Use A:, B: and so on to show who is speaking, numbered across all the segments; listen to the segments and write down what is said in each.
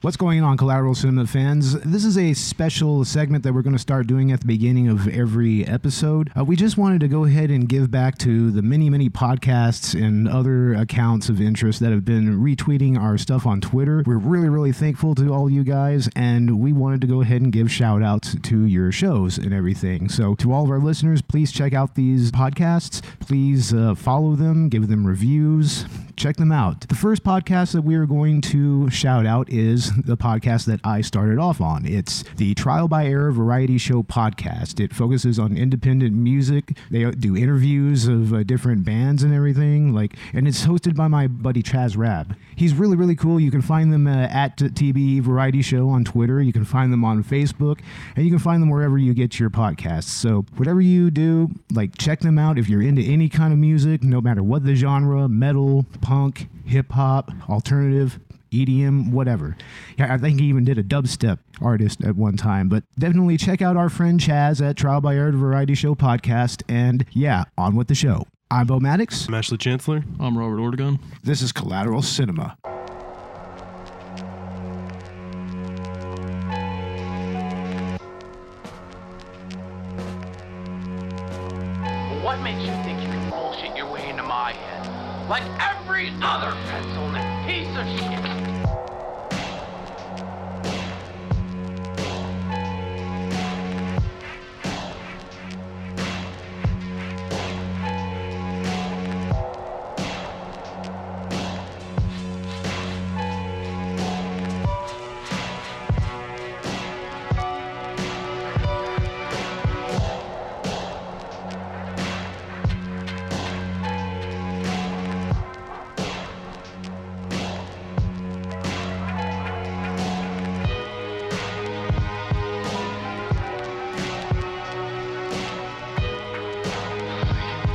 A: What's going on, Collateral Cinema fans? This is a special segment that we're going to start doing at the beginning of every episode. Uh, we just wanted to go ahead and give back to the many, many podcasts and other accounts of interest that have been retweeting our stuff on Twitter. We're really, really thankful to all you guys, and we wanted to go ahead and give shout outs to your shows and everything. So, to all of our listeners, please check out these podcasts. Please uh, follow them, give them reviews, check them out. The first podcast that we are going to shout out is the podcast that I started off on. It's the Trial by Error Variety Show podcast. It focuses on independent music. They do interviews of uh, different bands and everything. Like, and it's hosted by my buddy Chaz Rab. He's really really cool. You can find them uh, at TBE Variety Show on Twitter. You can find them on Facebook, and you can find them wherever you get your podcasts. So whatever you do, like check them out if you're into any kind of music, no matter what the genre, metal, punk, hip hop, alternative. EDM, whatever. Yeah, I think he even did a dubstep artist at one time. But definitely check out our friend Chaz at Trial by Error Variety Show podcast. And yeah, on with the show. I'm Bo Maddox.
B: I'm Ashley Chancellor.
C: I'm Robert Ortegon.
A: This is Collateral Cinema.
D: What makes you think you can bullshit your way into my head? Like every other pencil neck piece of shit.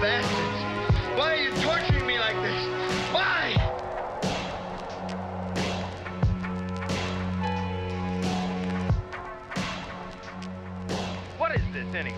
E: Bastards! Why are you torturing me like this? Why?
D: What is this anyway?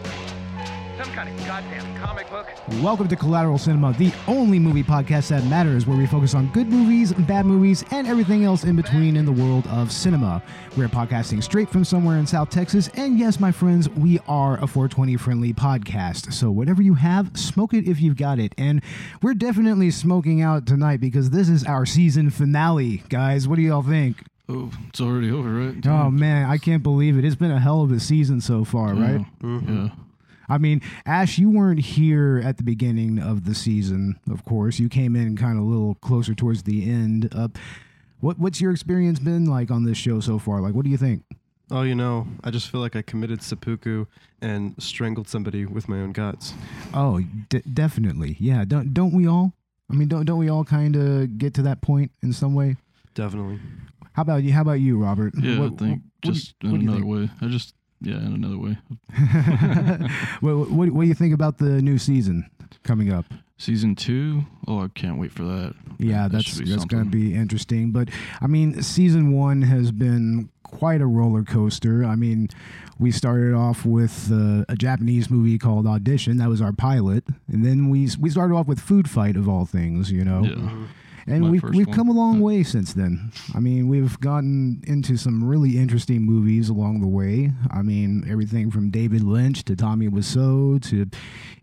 D: Some kind of goddamn comic book?
A: Welcome to Collateral Cinema, the only movie podcast that matters, where we focus on good movies, bad movies, and everything else in between in the world of cinema. We're podcasting straight from somewhere in South Texas, and yes, my friends, we are a 420 friendly podcast. So whatever you have, smoke it if you've got it. And we're definitely smoking out tonight because this is our season finale, guys. What do y'all think?
C: Oh, it's already over, right?
A: Oh man, I can't believe it. It's been a hell of a season so far, right?
C: Yeah.
A: I mean, Ash, you weren't here at the beginning of the season, of course. You came in kind of a little closer towards the end. Up, what what's your experience been like on this show so far? Like, what do you think?
B: Oh, you know, I just feel like I committed seppuku and strangled somebody with my own guts.
A: Oh, d- definitely, yeah. Don't don't we all? I mean, don't don't we all kind of get to that point in some way?
B: Definitely.
A: How about you? How about you, Robert?
C: Yeah,
A: What-
C: I think
A: what- what do you-
C: just
A: what
C: in
A: do you
C: another
A: think?
C: way. I just yeah, in another way.
A: What, what what do you think about the new season coming up?
C: Season two. Oh, I can't wait for that.
A: Yeah,
C: That
A: that's
C: should
A: that's going to
C: something.
A: be interesting. But I mean, season one has been quite a roller coaster. I mean, we started off with uh, a Japanese movie called Audition. That was our pilot, and then we we started off with Food Fight of all things, you know.
C: Yeah.
A: And
C: My
A: we've,
C: first
A: we've
C: one.
A: come a long
C: Yeah.
A: way since then. I mean, we've gotten into some really interesting movies along the way. I mean, everything from David Lynch to Tommy Wiseau to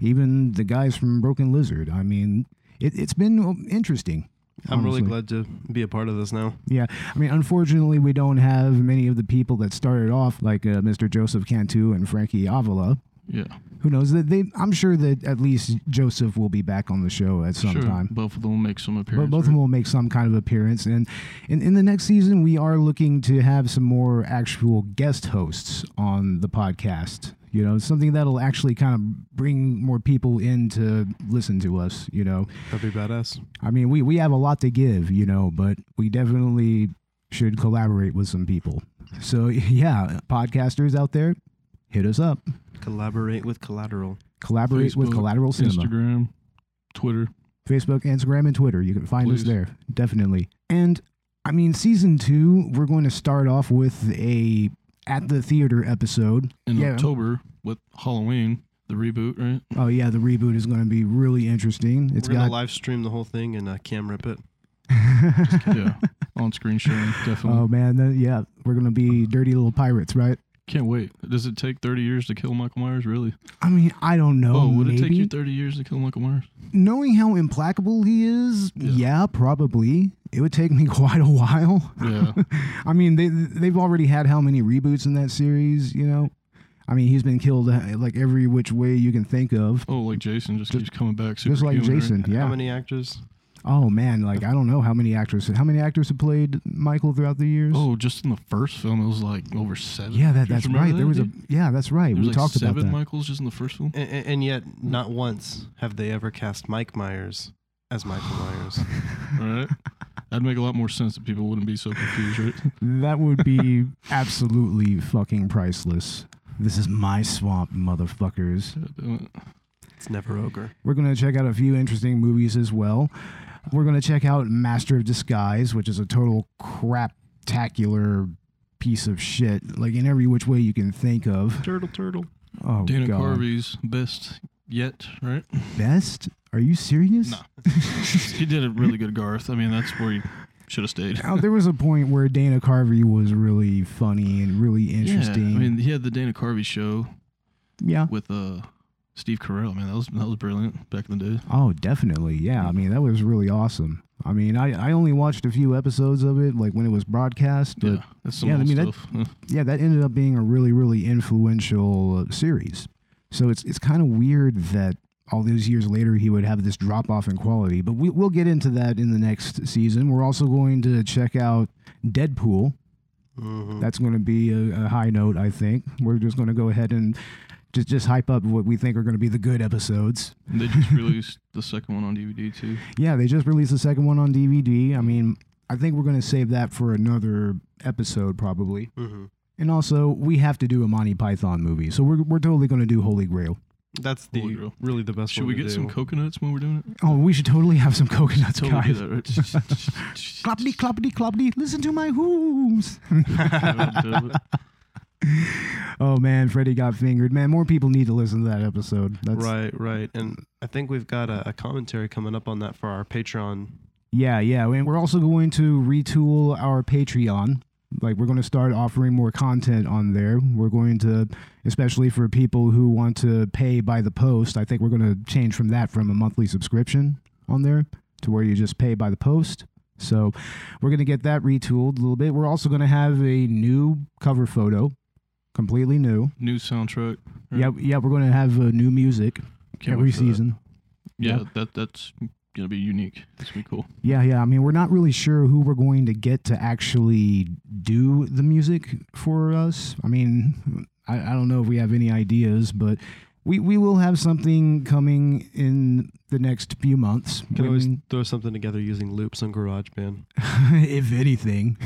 A: even the guys from Broken Lizard. I mean, it, it's been interesting.
B: I'm really
A: honestly.
B: glad to be a part of this now.
A: Yeah, I mean, unfortunately, we don't have many of the people that started off like uh, Mr. Joseph Cantu and Frankie Avila.
C: Yeah.
A: Who knows? That they, I'm sure that at least Joseph will be back on the show at some
C: Sure.
A: time.
C: Both of them will make some appearance.
A: But both of them will make some kind of appearance, and in, in the next season, we are looking to have some more actual guest hosts on the podcast. You know, something that'll actually kind of bring more people in to listen to us. You know,
B: That'd be badass.
A: I mean, we, we have a lot to give, you know, but we definitely should collaborate with some people. So, yeah, podcasters out there, hit us up.
B: Collaborate with collateral.
A: Collaborate with
C: Facebook,
A: Collateral Cinema.
C: Instagram, Twitter.
A: Facebook, Instagram, and Twitter. You can find us
C: Please.
A: there, definitely. And I mean, season two, we're going to start off with a at the theater episode.
C: In
A: yeah.
C: October with Halloween, the reboot, right?
A: Oh yeah, the reboot is going to be really interesting. It's
B: We're gonna
A: got
B: live stream the whole thing and uh, cam rip it.
C: Yeah, on screen sharing, definitely.
A: oh man, then, yeah, we're gonna be dirty little pirates, right?
C: Can't wait. Does it take 30 years to kill Michael Myers? Really?
A: I mean, I don't know.
C: oh, would it take
A: maybe?
C: you 30 years to kill Michael Myers?
A: Knowing how implacable he is, yeah. probably. It would take me quite a while.
C: Yeah.
A: I mean, they they've already had how many reboots in that series, you know? I mean, he's been killed uh, like every which way you can think of.
C: oh, like Jason just, keeps coming back.
A: Just like
C: superhuman, right?
A: Jason,
B: How
A: yeah.
B: many actors?
A: Oh man, like I don't know how many actors, how many actors have played Michael throughout the years.
C: Oh, just in the first film, it was like over seven.
A: yeah, that,
C: You
A: that's
C: remember
A: right.
C: that,
A: there was a
C: dude?
A: yeah, that's right.
C: There
A: We
C: was like
A: talked
C: seven
A: about that.
C: Michaels just in the first film.
B: And, and yet, not once have they ever cast Mike Myers as Michael Myers.
C: All right. That'd make a lot more sense that people wouldn't be so confused, right?
A: That would be absolutely fucking priceless. This is my swamp, motherfuckers.
C: God damn it.
A: Oh,
B: It's never ogre.
A: We're going to check out a few interesting movies as well. We're going to check out Master of Disguise, which is a total craptacular piece of shit, like in every which way you can think of.
B: Turtle, turtle.
A: Oh,
C: Dana
A: God.
C: Carvey's best yet, right?
A: Best? Are you serious?
C: No. he did a really good Garth. I mean, that's where he should have stayed.
A: Now, Oh, there was a point where Dana Carvey was really funny and really interesting.
C: Yeah, I mean, he had the Dana Carvey show
A: yeah.
C: with uh, Steve Carell. Man, that was that was brilliant back in the day.
A: Oh, definitely. Yeah. I mean, that was really awesome. I mean, I, I only watched a few episodes of it, like when it was broadcast, but
C: yeah, that's some
A: yeah, I
C: old
A: mean, that-
C: stuff.
A: yeah, that ended up being a really, really influential uh, series. So it's it's kind of weird that all those years later he would have this drop off in quality. But we, we'll get into that in the next season. We're also going to check out Deadpool. That's going to be a, a high note, I think. We're just going to go ahead and just just hype up what we think are going to be the good episodes.
C: they just released the second one on DVD too.
A: Yeah, they just released the second one on DVD. I mean, I think we're going to save that for another episode probably.
C: Mm-hmm.
B: hmm
A: And also, we have to do a Monty Python movie, so we're, we're totally going to do Holy Grail.
B: That's the
C: Holy Grail.
B: really the best.
C: Should
B: one
C: we
B: to
C: get
B: do.
C: some coconuts when we're doing it?
A: Oh, we should totally have some coconuts,
C: Totally do
A: guys.
C: that, right?
A: Clopity, clopity, clopity, listen to my hooves.
C: God damn it.
A: oh, man, Freddy got fingered. Man, more people need to listen to that episode. That's,
B: Right, right. And I think we've got a, a commentary coming up on that for our Patreon.
A: Yeah, yeah. And we're also going to retool our Patreon. Like, we're going to start offering more content on there. We're going to, especially for people who want to pay by the post, I think we're going to change from that from a monthly subscription on there to where you just pay by the post. So, we're going to get that retooled a little bit. We're also going to have a new cover photo, completely new.
C: New soundtrack. right?
A: Yeah, yeah, we're going to have uh, new music
C: Hmm. Can't
A: every
C: wait for that.
A: season.
C: Yeah,
A: Yeah.
C: that that's gonna be unique. That's gonna be cool.
A: Yeah, yeah. I mean, we're not really sure who we're going to get to actually do the music for us. I mean, I, I don't know if we have any ideas, but we, we will have something coming in the next few months.
B: Can
A: I
B: always
A: mean,
B: throw something together using loops on GarageBand.
A: if anything,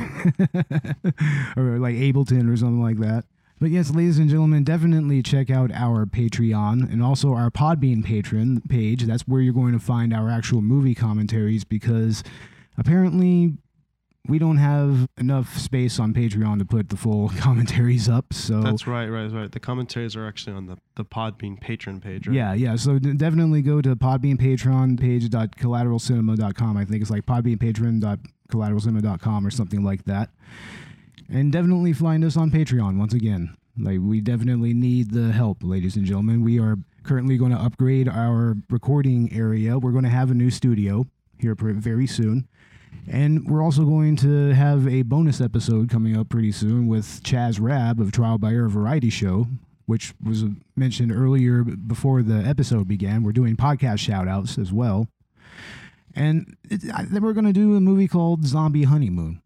A: or like Ableton or something like that. But yes, ladies and gentlemen, definitely check out our Patreon and also our Podbean patron page. That's where you're going to find our actual movie commentaries because apparently we don't have enough space on Patreon to put the full commentaries up. So
B: That's right, right, right. The commentaries are actually on the the Podbean patron page. Right?
A: Yeah, yeah. So d- definitely go to Podbean Patreon page dot collateralcinema.com. I think it's like Podbean Patreon dot collateralcinema.com or something like that. And definitely find us on Patreon once again. Like we definitely need the help, ladies and gentlemen. We are currently going to upgrade our recording area. We're going to have a new studio here pr- very soon. And we're also going to have a bonus episode coming up pretty soon with Chaz Rab of Trial by Air Variety Show, which was mentioned earlier b- before the episode began. We're doing podcast shout outs as well. And it, I, then we're going to do a movie called Zombie Honeymoon.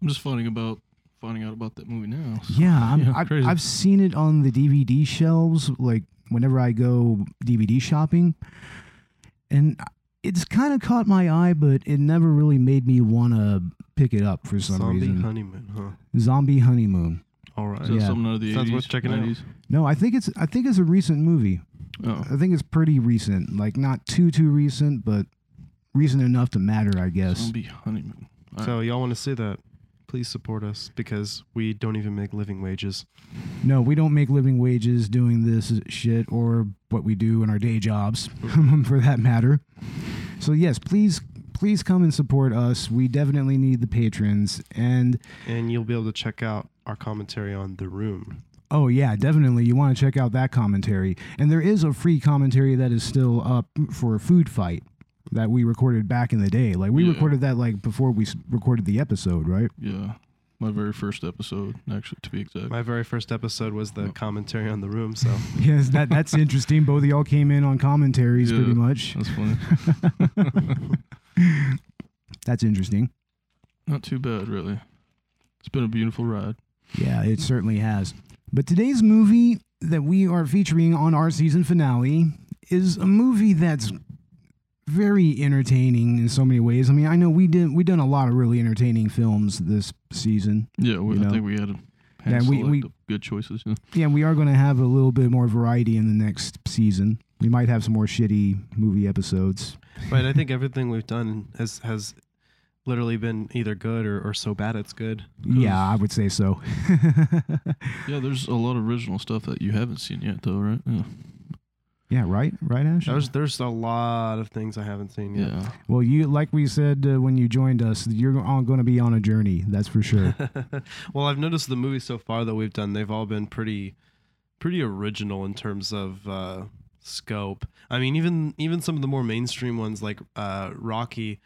C: I'm just finding about finding out about that movie now. so-
A: Yeah, I'm,
C: Yeah,
A: I've,
C: crazy.
A: I've seen it on the DVD shelves, like whenever I go DVD shopping, and it's kind of caught my eye, but it never really made me want to pick it up for some
B: Zombie
A: reason.
B: honeymoon, huh?
A: Zombie honeymoon.
B: All right.
C: Is that
A: Yeah.
C: something out of the
B: Sounds
C: 80s,
B: worth checking out.
C: 90s?
A: No, I think it's I think it's a recent movie.
C: Oh,
A: I think it's pretty recent, like not too too recent, but recent enough to matter, I guess.
C: Zombie Honeymoon. All
B: So y'all want to see that? Please support us because we don't even make living wages.
A: No, we don't make living wages doing this shit or what we do in our day jobs, for that matter. So yes, please please come and support us. We definitely need the patrons. And
B: And you'll be able to check out our commentary on The Room.
A: oh, yeah, definitely you want to check out that commentary. And there is a free commentary that is still up for a food fight that we recorded back in the day. Like, we
C: Yeah.
A: recorded that like before we s- recorded the episode, right?
C: Yeah. My very first episode, actually, to be exact.
B: My very first episode was the commentary on The Room, so
A: Yes, that, that's interesting. Both of y'all came in on commentaries
C: Yeah,
A: pretty much.
C: That's funny.
A: That's interesting.
C: Not too bad, really. It's been a beautiful ride.
A: Yeah, it certainly has. But today's movie that we are featuring on our season finale is a movie that's very entertaining in so many ways. I mean, I know we did we done a lot of really entertaining films this season.
C: Yeah, we,
A: You
C: I
A: know?
C: think we had a
A: Yeah,
C: hand
A: we-
C: select
A: we-
C: of good choices. yeah.
A: Yeah, we are going to have a little bit more variety in the next season. We might have some more shitty movie episodes.
B: Right. I think everything we've done has has literally been either good or, or so bad it's good.
A: Yeah, I would say so.
C: Yeah, there's a lot of original stuff that you haven't seen yet, though, right? Yeah.
A: yeah, right, right, Ash.
B: There's there's a lot of things I haven't seen yet.
C: Yeah.
A: Well, you like we said uh, when you joined us, you're going to be on a journey. That's for sure.
B: well, I've noticed the movies so far that we've done, they've all been pretty pretty original in terms of uh, scope. I mean, even even some of the more mainstream ones like uh, Rocky,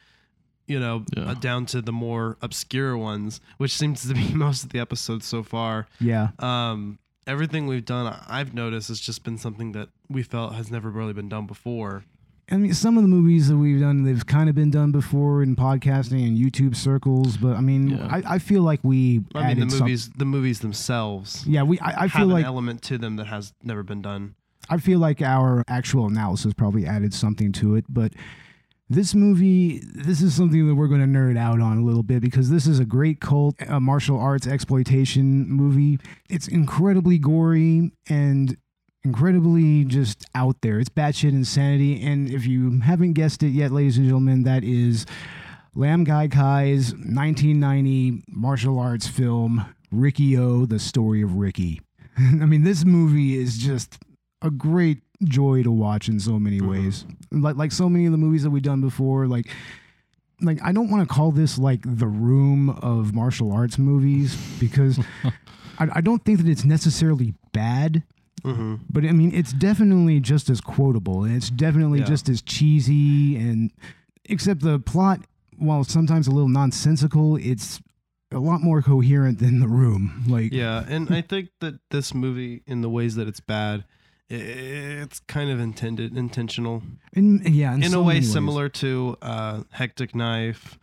B: you know,
C: Yeah.
B: uh, down to the more obscure ones, which seems to be most of the episodes so far.
A: yeah.
B: um, everything we've done, I- I've noticed, has just been something that we felt has never really been done before.
A: I mean, some of the movies that we've done, they've kind of been done before in podcasting and YouTube circles, but I mean,
C: Yeah.
A: I, I feel like we
B: I
A: added
B: mean, the
A: some-
B: movies, the movies themselves
A: Yeah, we. I, I
B: have
A: feel
B: an
A: like
B: element to them that has never been done.
A: I feel like our actual analysis probably added something to it, but this movie, this is something that we're going to nerd out on a little bit because this is a great cult uh, martial arts exploitation movie. It's incredibly gory and incredibly just out there. It's batshit insanity, and if you haven't guessed it yet, ladies and gentlemen, that is Lam Gai Kai's 1990 martial arts film Ricky O: The Story of Ricky. I mean, this movie is just a great joy to watch in so
B: Mm-hmm.
A: many ways. Like like so many of the movies that we've done before, like like I don't want to call this like the room of martial arts movies because I, I don't think that it's necessarily bad.
B: Mm-hmm.
A: But I mean, it's definitely just as quotable, and it's definitely
B: Yeah.
A: just as cheesy, and except the plot, while sometimes a little nonsensical, it's a lot more coherent than the room. Like,
B: Yeah, and I think that this movie, in the ways that it's bad, i- it's kind of intended, intentional,
A: in, yeah, in,
B: in
A: so
B: a way
A: many ways.
B: similar to uh, Hectic Knife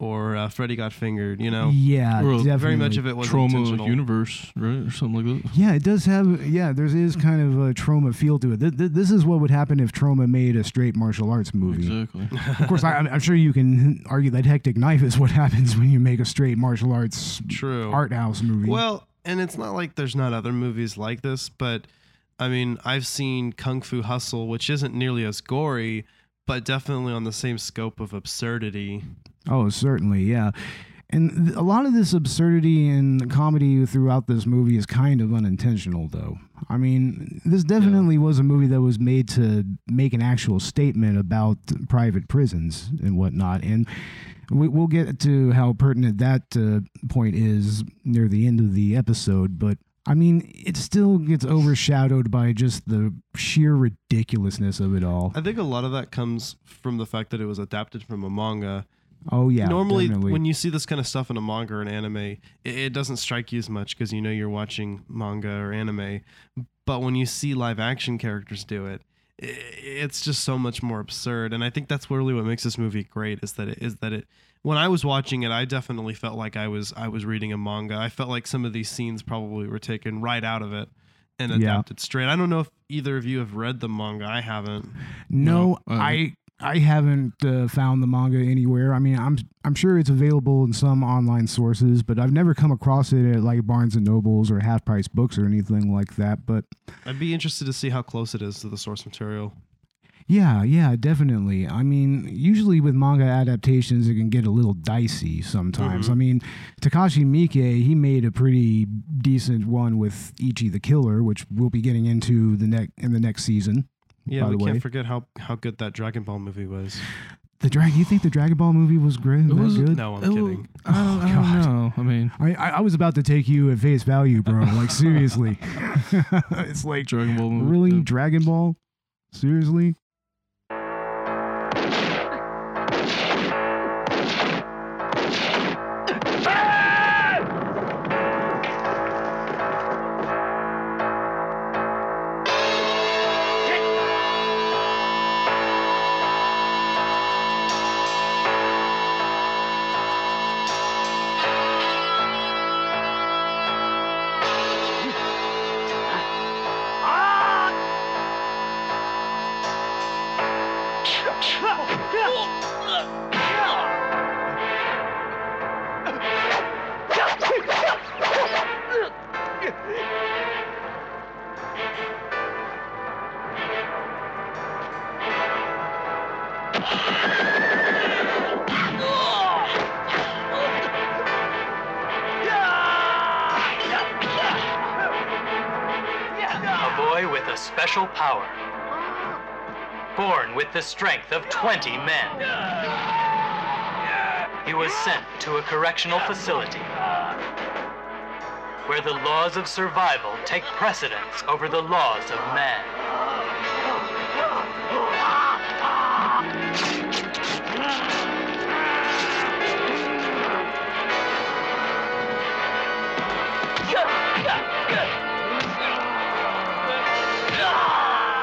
B: or uh, Freddy Got Fingered. You know,
A: Yeah,
C: Well,
A: definitely.
B: very much of it was
C: Trauma
B: intentional.
C: Universe, right? Or something like that.
A: Yeah, it does have. Yeah, there is kind of a trauma feel to it. Th- th- this is what would happen if trauma made a straight martial arts movie.
C: Exactly.
A: Of course, I, I'm I'm sure you can argue that hectic knife is what happens when you make a straight martial arts
B: True.
A: art house movie.
B: Well, and it's not like there's not other movies like this, but I mean, I've seen Kung Fu Hustle, which isn't nearly as gory, but definitely on the same scope of absurdity.
A: Oh, certainly, yeah. And th- a lot of this absurdity and comedy throughout this movie is kind of unintentional, though. I mean, this definitely was a movie that was made to make an actual statement about private prisons and whatnot. And we, we'll get to how pertinent that uh, point is near the end of the episode. But I mean, it still gets overshadowed by just the sheer ridiculousness of it all.
B: I think a lot of that comes from the fact that it was adapted from a manga.
A: Oh, yeah.
B: Normally,
A: definitely.
B: when you see this kind of stuff in a manga or an anime, it, it doesn't strike you as much because you know you're watching manga or anime. But when you see live action characters do it, i- it's just so much more absurd. And I think that's really what makes this movie great is that it is that it. When I was watching it, I definitely felt like I was I was reading a manga. I felt like some of these scenes probably were taken right out of it and
A: Yeah.
B: adapted straight. I don't know if either of you have read the manga. I haven't.
A: No,
C: No,
A: I
C: I
A: I haven't uh, found the manga anywhere. I mean, I'm I'm sure it's available in some online sources, but I've never come across it at like Barnes and Nobles or half price books or anything like that. But
B: I'd be interested to see how close it is to the source material.
A: yeah, yeah, definitely. I mean, usually with manga adaptations, it can get a little dicey sometimes. I mean, Takashi Miike he made a pretty decent one with Ichi the Killer, which we'll be getting into the next in the next season.
B: Yeah,
A: by
B: we
A: the way.
B: can't forget how how good that Dragon Ball movie was.
A: The dragon. You think the Dragon Ball movie was great? That
C: was-
A: good?
B: No, I'm
C: Oh,
B: kidding.
C: I don't, I don't know. I mean,
A: I, I I was about to take you at face value, bro. Like seriously, it's like
C: Dragon Ball movie.
A: really
C: yeah.
A: Dragon Ball. Seriously,
D: Ah!
F: A boy with a special power. Born with the strength of 20 men. He was sent to a correctional facility where the laws of survival take precedence over the laws of man.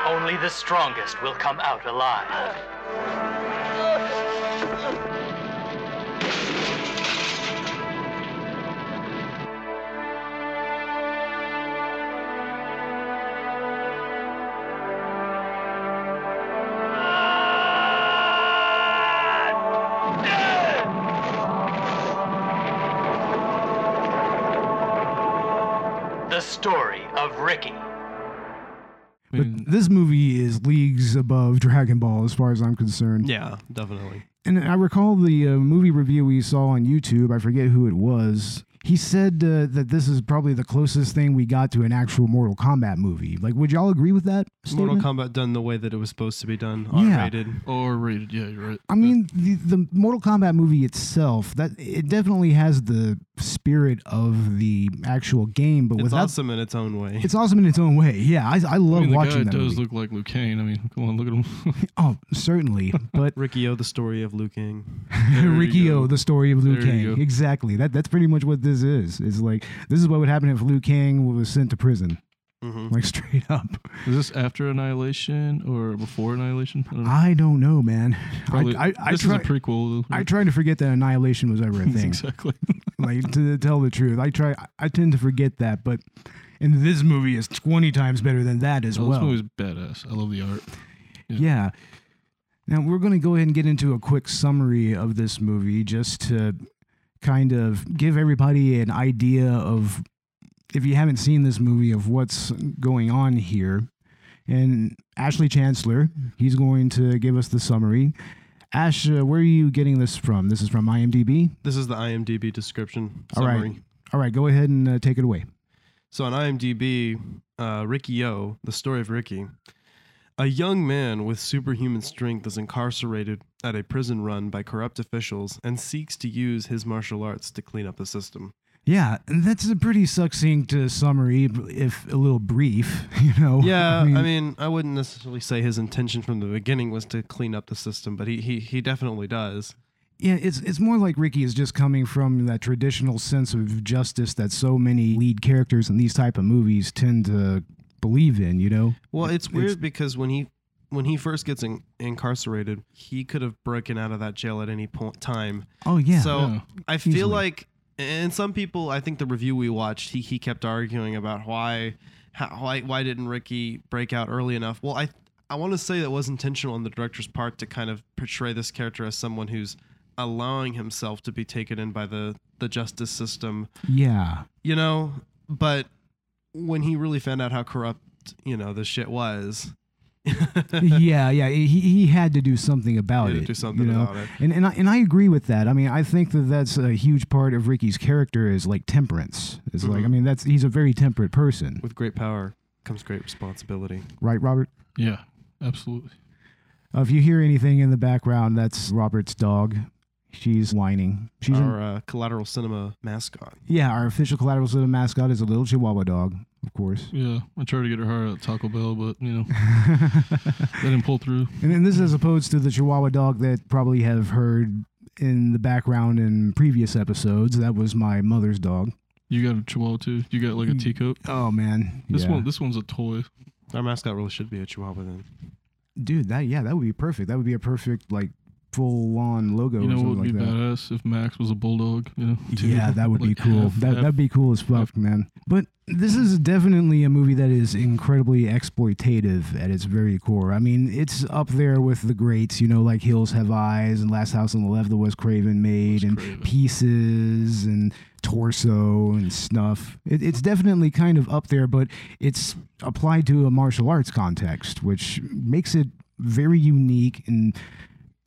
F: Only the strongest will come out alive. The story of Ricky.
C: I mean,
A: this movie is leagues above Dragon Ball as far as I'm concerned.
B: Yeah, definitely.
A: And I recall the uh, movie review we saw on YouTube. I forget who it was. He said uh, that this is probably the closest thing we got to an actual Mortal Kombat movie. Like, would y'all agree with that?
B: Mortal
A: statement?
B: Kombat done the way that it was supposed to be done,
A: Yeah.
B: R-rated.
C: or rated. Yeah, you're right.
A: I mean, the, the Mortal Kombat movie itself that it definitely has the spirit of the actual game, but
B: It's
A: without
B: awesome in its own way.
A: it's awesome in its own way. Yeah, I, I
C: I
A: love
C: mean, the guy
A: watching that.
C: does
A: movie.
C: look like Luke Kane. I mean, come on, look at him.
A: oh, certainly, but
B: Ricky O, the story of Liu Kang.
C: you
A: Rikio,
C: go.
A: the story of Liu
C: There you
A: Kang.
C: go.
A: Exactly. That that's pretty much what this is. It's like this is what would happen if Liu Kang was sent to prison,
B: hmm
A: like straight up.
C: Is this after Annihilation or before Annihilation? I don't know.
A: I don't know, man.
C: Mm. Probably-
A: I I, I,
C: this
A: try,
C: is a prequel.
A: I tried to forget that annihilation was ever a thing.
C: exactly.
A: like to tell the truth. I try. I tend to forget that, but and this movie is twenty times better than that as
C: Oh,
A: well.
C: This movie's badass. I love the art.
A: yeah. Now we're going to go ahead and get into a quick summary of this movie, just to kind of give everybody an idea of, if you haven't seen this movie, of what's going on here. And Ashley Chancellor, he's going to give us the summary. Ash, uh, where are you getting this from? This is from IMDb.
B: This is the IMDb description
A: All right.
B: summary.
A: All right, go ahead and uh, take it away.
B: So on IMDb, uh, Ricky O, the story of Ricky, a young man with superhuman strength is incarcerated at a prison run by corrupt officials and seeks to use his martial arts to clean up the system.
A: Yeah, and that's a pretty succinct uh, summary, if a little brief, you know.
B: Yeah, I mean, I wouldn't necessarily say his intention from the beginning was to clean up the system, but he he, he definitely does.
A: yeah, it's it's more like Ricky is just coming from that traditional sense of justice that so many lead characters in these type of movies tend to believe in, you know.
B: Well, it's
A: it's-
B: weird because when he when he first gets in, incarcerated, he could have broken out of that jail at any point time.
A: Oh yeah.
B: so
C: yeah.
B: I feel
A: Easily.
B: like, and some people, I think the review we watched, he he kept arguing about why how, why why didn't Ricky break out early enough. Well, I I want to say that was intentional on the director's part to kind of portray this character as someone who's allowing himself to be taken in by the the justice system
A: yeah.
B: you know but when he really found out how corrupt you know the shit was
A: yeah, yeah. He, he had to do something about
B: He had
A: it.
B: to do something
A: you know?
B: about it.
A: And and I, and I agree with that. I mean, I think that that's a huge part of Ricky's character is like temperance. It's
B: Mm-hmm.
A: like I mean, that's he's a very temperate person,
B: with great power comes great responsibility
A: right, Robert?
C: Yeah, absolutely.
A: Uh, if you hear anything in the background, that's Robert's dog. She's whining. She's in-
B: Our uh, collateral cinema mascot.
A: yeah. Our official collateral Cinema mascot is a little Chihuahua dog, of course.
C: Yeah, I tried to get her hired at Taco Bell, but you know, they didn't pull through.
A: And then this is as opposed to the Chihuahua dog that probably have heard in the background in previous episodes. That was my mother's dog.
C: You got a chihuahua too. You got like a teacup.
A: Oh man,
C: This
A: Yeah.
C: one, this one's a toy.
B: Our mascot really should be a Chihuahua then.
A: dude. That yeah, that would be perfect. That would be a perfect like full on logo.
C: You
A: or
C: know what
A: something
C: would be
A: like that.
C: badass if Max was a bulldog? You know? too.
A: Yeah, that would be
C: Like,
A: cool.
C: half-
A: that,
C: half-
A: that'd be cool as fuck, man. But this is definitely a movie that is incredibly exploitative at its very core. I mean, it's up there with the greats, you know, like Hills Have Eyes and Last House on the Left that Wes Craven made, and
C: Craven.
A: Pieces and Torso and Snuff. It, it's definitely kind of up there, but it's applied to a martial arts context, which makes it very unique and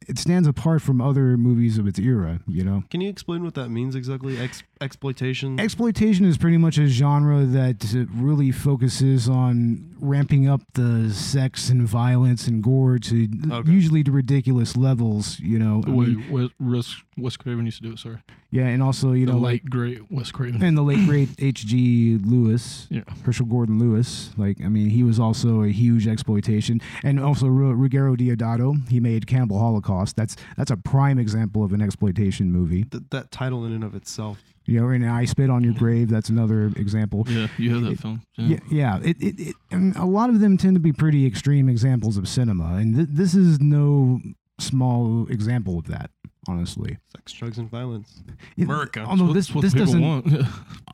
A: it stands apart from other movies of its era, you know?
B: Can you explain what that means exactly? Ex- exploitation.
A: Exploitation is pretty much a genre that uh, really focuses on ramping up the sex and violence and gore to
B: Okay.
A: usually to ridiculous levels, you know. I
C: the way
A: mean,
C: Wes, Wes, Wes Craven used to do it. Sorry,
A: yeah, and also, you
C: the
A: know, like
C: late great Wes Craven.
A: and the late great H.G. Lewis,
C: yeah,
A: Herschel Gordon Lewis. Like, I mean, he was also a huge exploitation, and also Ru- Ruggero Deodato. He made Cannibal Holocaust. That's that's a prime example of an exploitation movie.
B: Th- that title in and of itself.
A: You know, and I Spit on Your Grave. That's another example.
C: yeah, you have that film. Yeah.
A: Yeah, yeah. It, it, it, and a lot of them tend to be pretty extreme examples of cinema, and th- this is no small example of that. Honestly,
B: Sex, drugs, and violence.
A: It-
B: America.
A: Although
C: That's
A: Oh, this, this
C: what people
A: doesn't,
C: want. they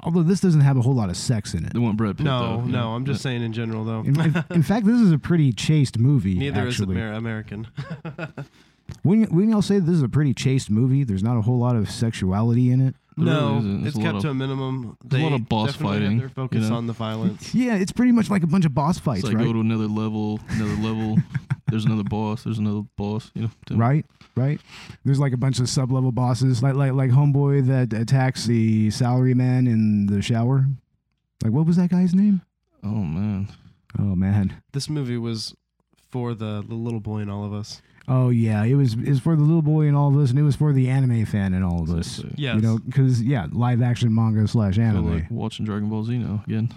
A: although this doesn't have a whole lot of sex in it.
C: want Brad Pitt.
B: No,
C: though, yeah.
B: no. I'm just saying in general though.
A: In, in- in fact, this is a pretty chaste movie.
B: Neither
A: actually.
B: is Amer- American.
A: Wouldn't y- wouldn't y'all say this is a pretty chaste movie? There's not a whole lot of sexuality in it.
C: There really
B: no,
C: isn't.
B: it's
C: There's a lot
B: kept
C: of-
B: to a minimum.
C: there's a lot of boss
B: definitely had
C: fighting,
B: Their focus
C: you know?
B: on the violence.
A: Yeah, it's pretty much like a bunch of boss
C: It's
A: fights,
C: like
A: right?
C: go to another level, another level. There's another boss. There's another boss. You know, to-
A: Right, right. There's like a bunch of sub level bosses, like like like homeboy that attacks the salaryman in the shower. Like what was that guy's name?
C: Oh man,
A: Oh man.
B: This movie was for the, the little boy in all of us.
A: Oh yeah, it was is for the little boy in all of us, and it was for the anime fan in all of us.
C: So-
B: Yes.
A: You know, because yeah, live action manga slash
C: feel
A: anime.
C: like watching Dragon Ball Z now again.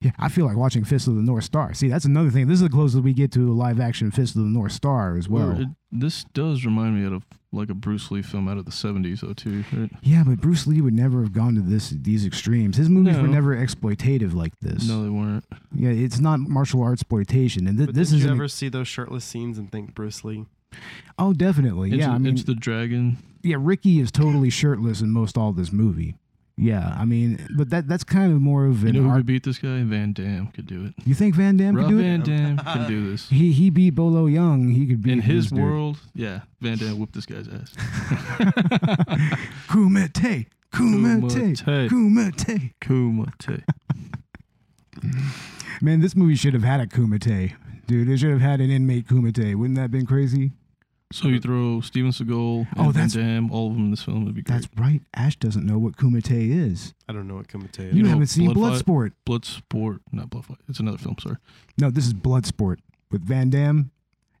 A: Yeah, I feel like watching Fist of the North Star. See, that's another thing. This is the closest we get to a live action Fist of the North Star as well.
C: Or it- this does remind me of like a Bruce Lee film out of the '70s, though, too. Right?
A: yeah, but Bruce Lee would never have gone to this these extremes. His movies were
C: No.
A: never exploitative like this.
C: No, they weren't.
A: Yeah, it's not martial arts exploitation, and th-
B: But
A: this
B: did
A: is
B: you ever see those shirtless scenes and think Bruce Lee?
A: oh definitely.
C: It's,
A: yeah, I mean,
C: it's the dragon.
A: yeah, Ricky is totally shirtless in most all this movie. Yeah, I mean, but that that's kind of more of
C: You
A: an
C: know who
A: art.
C: could beat this guy? Van Damme could do it.
A: You think Van Damme
C: Rob
A: could do
C: Van
A: it?
C: Dam Damme can do this.
A: He he beat Bolo Young. He could beat
C: In his
A: this dude.
C: world, yeah, Van Damme whipped this guy's ass.
A: Kumite, kumite,
C: Kumite.
A: kumite.
C: Kumite.
A: Man, this movie should have had a kumite, dude. It should have had an inmate kumite. Wouldn't that have been crazy?
C: So you throw Steven Seagal, and
A: Oh,
C: Van
A: that's-
C: Damme, all of them in this film would be great.
A: That's right. Ash doesn't know what kumite is.
B: I don't know what Kumite is.
A: You,
C: know
A: haven't seen
C: Bloodfight-
A: Bloodsport.
C: Bloodsport, not Bloodfight. It's another film. Sorry.
A: No, this is Bloodsport with Van Damme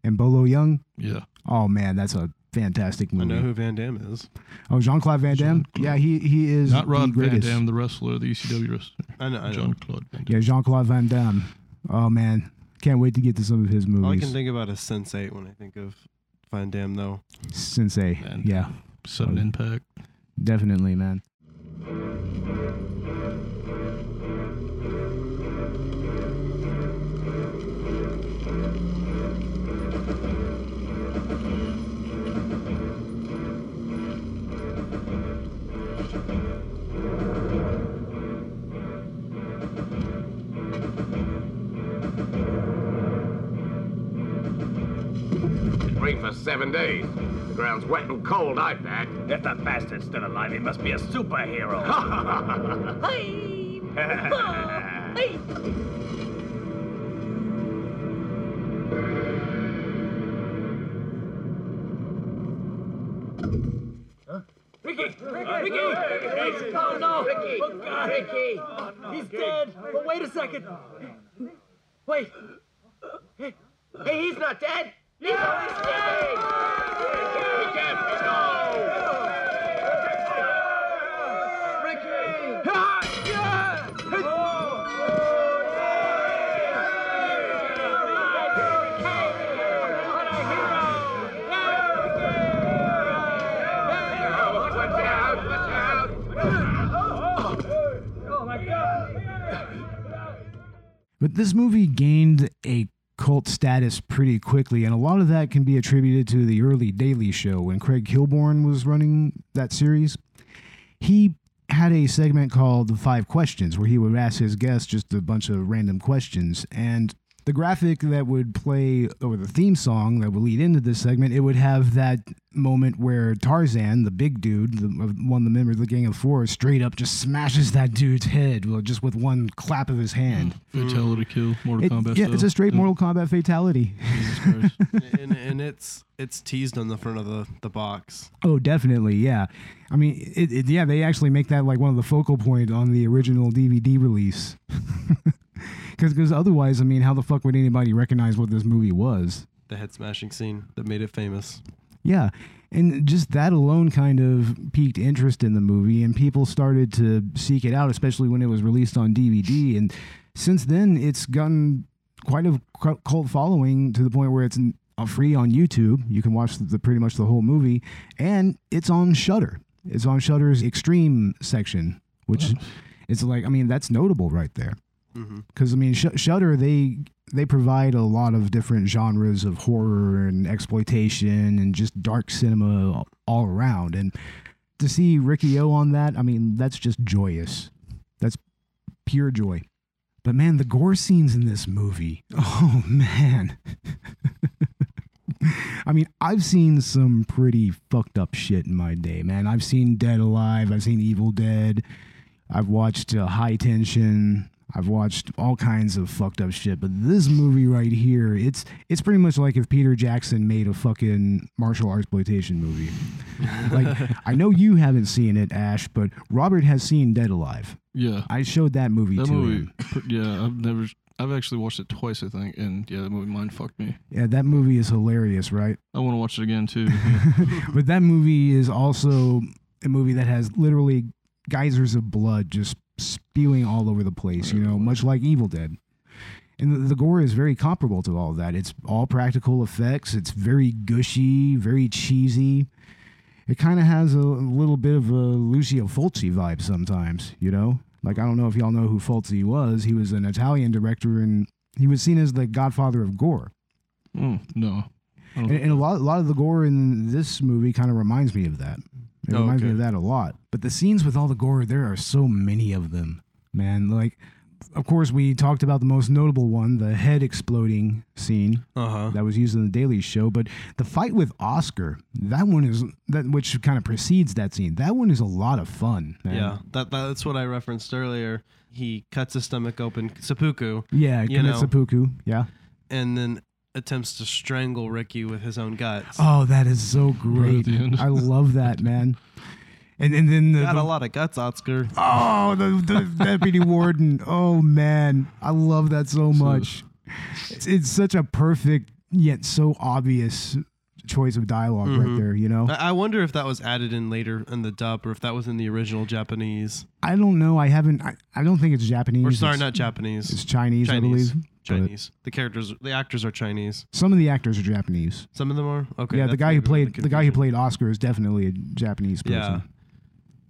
A: and Bolo Young.
C: Yeah.
A: Oh man, that's a fantastic
B: I
A: movie.
B: know who Van Damme is.
A: Oh, Jean Claude Van Damme.
C: Jean-Claude.
A: Yeah, he he is
C: Not
A: the
C: Rod Van
A: greatest.
C: Damme, the wrestler, the ECW wrestler.
B: I know. I know.
C: John Claude Van Damme.
A: Yeah, Jean Claude Van Damme. Oh man, can't wait to get to some of his
B: All I
A: movies.
B: can think about is Sense Eight when I think of Van Damme, though.
A: Sensei.
C: Man.
A: Yeah,
C: Sudden
A: Oh.
C: impact.
A: definitely, man.
G: It rained for seven days. The ground's wet and cold, I bet. If the bastard's still alive, he must be a superhero.
H: Hey! Oh, hey!
G: Ricky! Ricky! Oh, no! Ricky! Oh, God, Ricky!
H: He's dead! But wait a second! Wait!
G: Hey, he's not dead!
H: Leroy Jenkins!
A: But this movie gained a cult status pretty quickly, and a lot of that can be attributed to the early Daily Show when Craig Kilborn was running that series. He had a segment called The Five Questions where he would ask his guests just a bunch of random questions. And the graphic that would play over the theme song that would lead into this segment, it would have that moment where Tarzan, the big dude, the, one of the members of the Gang of Four, straight up just smashes that dude's head well, just with one clap of his hand.
C: Fatality kill, Mortal
A: It-
C: Kombat.
A: yeah, it's a straight Mortal Kombat fatality.
C: Kombat.
B: and, and it's it's teased on the front of the, the box.
A: Oh, definitely, yeah. I mean, it, it, yeah, they actually make that like one of the focal point on the original DVD release. Because otherwise, I mean, how the fuck would anybody recognize what this movie was?
B: The head smashing scene that made it famous.
A: Yeah. And just that alone kind of piqued interest in the movie, and people started to seek it out, especially when it was released on DVD. And since then, it's gotten quite a cu- cult following to the point where it's n- uh, free on YouTube. You can watch the, pretty much the whole movie, and it's on Shutter. It's on Shutter's Extreme section, which it's like I mean that's notable right there because I mean, Sh- Shudder they they provide a lot of different genres of horror and exploitation and just dark cinema all- all around. And to see Ricky O on that, I mean, that's just joyous. That's pure joy. But man, the gore scenes in this movie, oh man. I mean, I've seen some pretty fucked up shit in my day, man. I've seen Dead Alive, I've seen Evil Dead, I've watched uh, High Tension. I've watched all kinds of fucked up shit, but this movie right here, it's it's pretty much like if Peter Jackson made a fucking martial arts exploitation movie. like I know you haven't seen it, Ash, but Robert has seen Dead Alive.
C: yeah.
A: I showed that movie
C: That
A: to
C: movie,
A: him.
C: pr- yeah, I've never, I've actually watched it twice, I think, and yeah, that movie mind fucked me.
A: Yeah, that movie is hilarious, right?
C: I want to watch it again too.
A: but that movie is also a movie that has literally geysers of blood just spewing all over the place, you know, much like Evil Dead. And the, the gore is very comparable to all of that. It's all practical effects, it's very gushy, very cheesy. It kind of has a little bit of a Lucio Fulci vibe sometimes, you know? Like, I don't know if y'all know who Fulci was. He was an Italian director and he was seen as the godfather of gore.
C: Mm, no,
A: And, and a lot, a lot of the gore in this movie kind of reminds me of that. It
B: Oh,
A: reminds me
B: okay.
A: of that a lot. But the scenes with all the gore, there are so many of them, man. Like, of course, we talked about the most notable one, the head exploding scene
B: Uh huh.
A: that was used in the Daily Show. But the fight with Oscar, that one is that which kind of precedes that scene. That one is a lot of fun. Man.
B: Yeah, that that's what I referenced earlier. He cuts his stomach open, seppuku,
A: yeah,
B: You
A: commits
B: know.
A: seppuku. Yeah.
B: and then attempts to strangle Ricky with his own guts.
A: Oh, that is so
C: Right at
A: great.
C: the end.
A: I love that, man. And and then the,
B: Got
A: the
B: a lot of guts, Oscar.
A: Oh, the, the deputy warden. Oh man, I love that so much. It's, it's such a perfect yet so obvious choice of dialog
B: Mm-hmm.
A: right there. You know,
B: I I wonder if that was added in later in the dub, or if that was in the original Japanese.
A: I don't know. I haven't. I, I don't think it's Japanese.
B: Or sorry,
A: it's,
B: not Japanese.
A: It's Chinese, I
B: Chinese.
A: believe. but
B: Chinese. The characters, the actors are Chinese.
A: Some of the actors are Japanese.
B: Some of them are. Okay.
A: yeah, the
B: that's
A: guy who
B: maybe where
A: played the guy who
B: confusion-
A: played Oscar is definitely a Japanese person.
B: Yeah.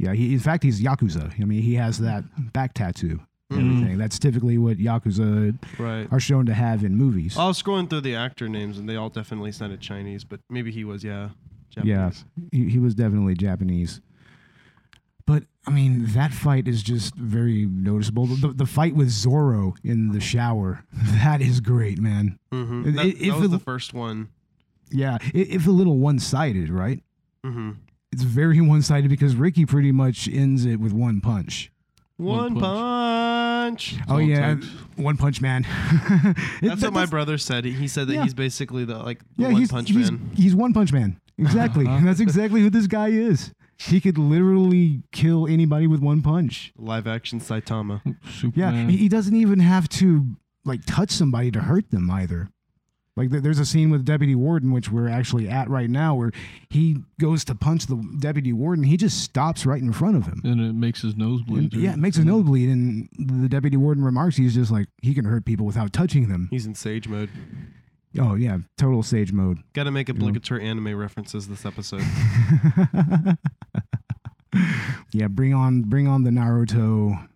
A: Yeah, he, in fact, he's Yakuza. I mean, he has that back tattoo. and
B: Mhm.
A: Everything. That's typically what Yakuza
B: Right.
A: are shown to have in movies.
B: I was scrolling through the actor names, and they all definitely sounded Chinese, but maybe he was, yeah,
A: Yeah,
B: Japanese.
A: he, he was definitely Japanese. But I mean, that fight is just very noticeable. The, the fight with Zoro in the shower, that is great, man.
B: hmm
A: It-
B: That,
A: it-
B: that
A: if
B: was
A: it-
B: the first one.
A: Yeah, it, it's a little one sided, right?
B: hmm
A: It's very one sided because Ricky pretty much ends it with one punch.
B: One,
C: One
B: punch.
A: Oh
C: all it
A: yeah,
C: takes.
A: one punch man.
B: That's what my brother said. He- He said that
A: Yeah.
B: he's basically the like the
A: yeah,
B: one
A: he's,
B: punch
A: he's,
B: man. Uh-huh.
A: He's one punch man. Exactly. That's exactly who this guy is. He could literally kill anybody with one punch.
B: Live action Saitama.
A: Yeah,
C: Superman.
A: he- he doesn't even have to like touch somebody to hurt them either. Like there- there's a scene with Deputy Warden, which we're actually at right now, where he goes to punch the Deputy Warden. He just stops right in front of him.
C: and it makes his nose bleed.
A: And,
C: dude.
A: yeah, it makes a nosebleed, and the Deputy Warden remarks he's just like he can hurt people without touching them.
B: He's in sage mode.
A: Oh yeah, total sage mode.
B: Got to make obligatory anime references this episode.
A: Yeah, bring on bring on the Naruto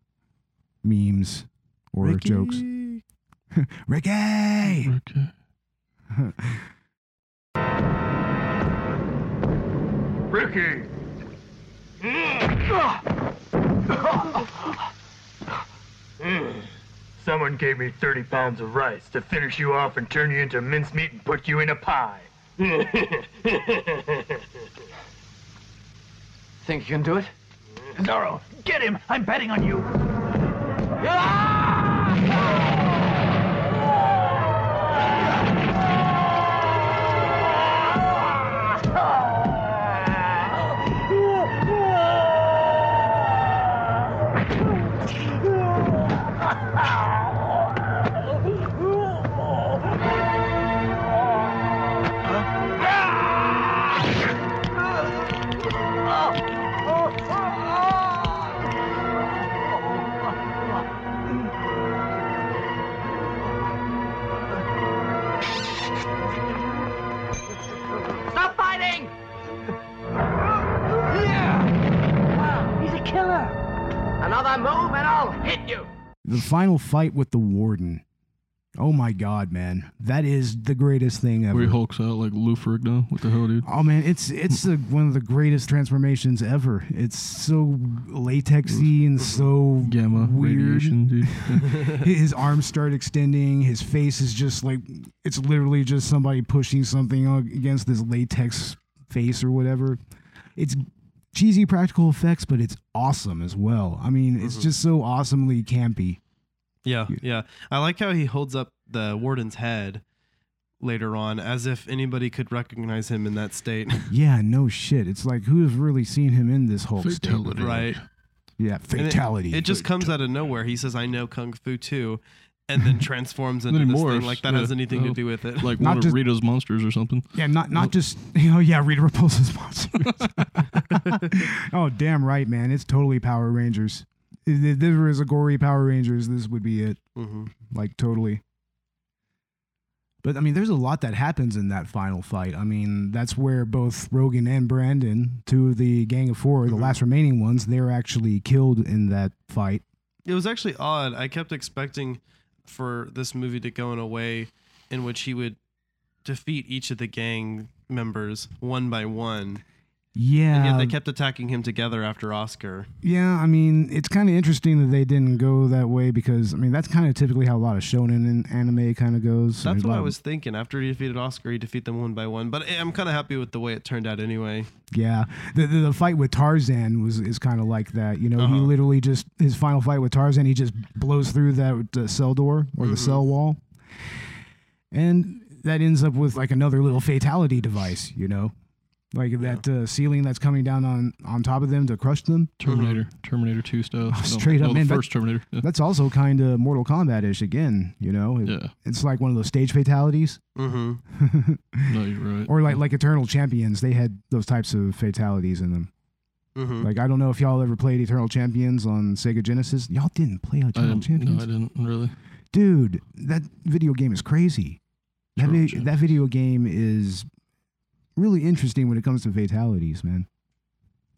A: memes or jokes. Ricky.
C: Okay.
G: Ricky!
F: Someone gave me 30 pounds of rice to finish you off and turn you into mincemeat and put you in a pie.
D: Think you can do it?
F: Zorro, get him! I'm betting on you!
H: Stop fighting! Yeah! He's a killer.
D: Another move and I'll hit you!
A: The final fight with the Warden. Oh my God, man, that is the greatest thing ever.
C: Where he hulks out like Lou Ferrigno. What the hell, dude?
A: Oh man, it's it's the, one of the greatest transformations ever. It's so latexy and so
C: Gamma
A: weird.
C: radiation, dude.
A: His arms start extending. His face is just like it's literally just somebody pushing something against this latex face or whatever. It's cheesy practical effects, but it's awesome as well. I mean, it's
C: Mm-hmm.
A: just so awesomely campy.
B: Yeah, yeah. I like how he holds up the warden's head later on as if anybody could recognize him in that state.
A: Yeah, no shit. It's like who has really seen him in this whole state?
C: Fatality.
B: right.
A: Yeah,
B: And it-
A: fatality.
B: It, just comes out of nowhere. He says, I know Kung Fu too, and then transforms into
C: Then he
B: this thing
C: morphs.
B: like that
C: Yeah.
B: has anything to
C: Oh.
B: do with it.
C: Like
A: Not
C: one
A: just-
C: of Rita's monsters or something.
A: Yeah, not not just you know. Yeah, Rita Repulsa's monsters. oh, damn right, man! It's totally Power Rangers. If if there was a gory Power Rangers, this would be it.
B: Mhm.
A: Like totally. But I mean, there's a lot that happens in that final fight. I mean, that's where both Rogan and Brandon, two of the Gang of 4
B: Mm-hmm.
A: the last remaining ones, they're actually killed in that fight.
B: It was actually odd. I kept expecting for this movie to go in a way in which he would defeat each of the gang members one by one. And
A: Yeah,
B: yet they kept attacking him together after Oscar.
A: Yeah, I mean, it's kind of interesting that they didn't go that way because I mean that's kind of typically how a lot of shonen and anime kind of goes.
B: That's
A: mean, a
B: what
A: lot
B: I
A: of-
B: was thinking. After he defeated Oscar, he defeated them one by one. But eh, I'm kind of happy with the way it turned out anyway.
A: Yeah, the, the the fight with Tarzan was is kind of like that. You know, he
B: Uh-huh.
A: literally just his final fight with Tarzan, he just blows through that uh, cell door or
B: Mm-hmm.
A: the cell wall, and that ends up with like another little fatality device. You know, like that uh, ceiling that's coming down on on top of them to crush them.
C: Terminator. Terminator 2 style. No,
A: Uh-huh. Oh, straight up,
C: no,
A: man,
C: The
A: that-
C: first Terminator. Yeah.
A: That's also kind of Mortal Kombat ish again. You know, It-
C: Yeah.
A: it's like one of those stage fatalities.
B: Mm-hmm.
C: No, you're right.
A: or like like Eternal Champions, they had those types of fatalities in them.
C: Mm.
B: Mm-hmm.
A: Like I don't know if y'all ever played Eternal Champions on Sega Genesis. Y'all didn't play
C: I
A: Eternal
C: didn't, no, I
A: Champions,
C: didn't really.
A: dude. That video game is crazy. That
C: Eternal
A: vi-
C: Champions.
A: that video game is really interesting when it comes to fatalities, man.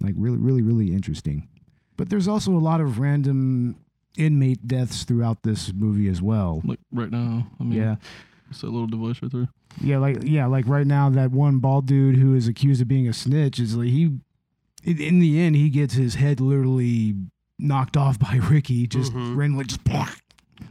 A: Like really, really, really interesting. But there's also a lot of random inmate deaths throughout this movie as well.
C: Like right now. I mean,
A: Yeah.
C: it's that little device right there.
A: Yeah, like yeah, like right now that one bald dude who is accused of being a snitch is like he in, in the end he gets his head literally knocked off by Ricky just randomly just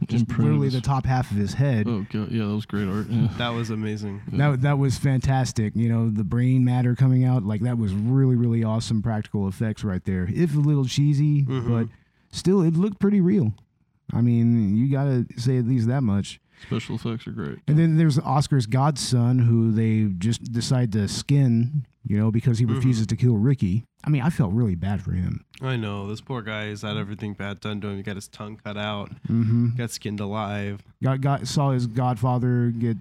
A: just
C: Imprinted
A: literally
C: as-
A: the top half of his head.
C: Oh, God. Yeah, that was great art. Yeah.
B: That was amazing.
A: That that was fantastic. You know, the brain matter coming out like that was really really awesome practical effects right there. If a little cheesy, but still it looked pretty real. I mean, you got to say at least that much.
C: Special effects are great.
A: And then there's Oscar's godson, who they just decide to skin, you know, because he refuses to kill Ricky. I mean, I felt really bad for him.
B: I know this poor guy has had everything bad done to him. He got his
A: Mm-hmm.
B: tongue cut out, got skinned alive.
A: Got, got saw his godfather get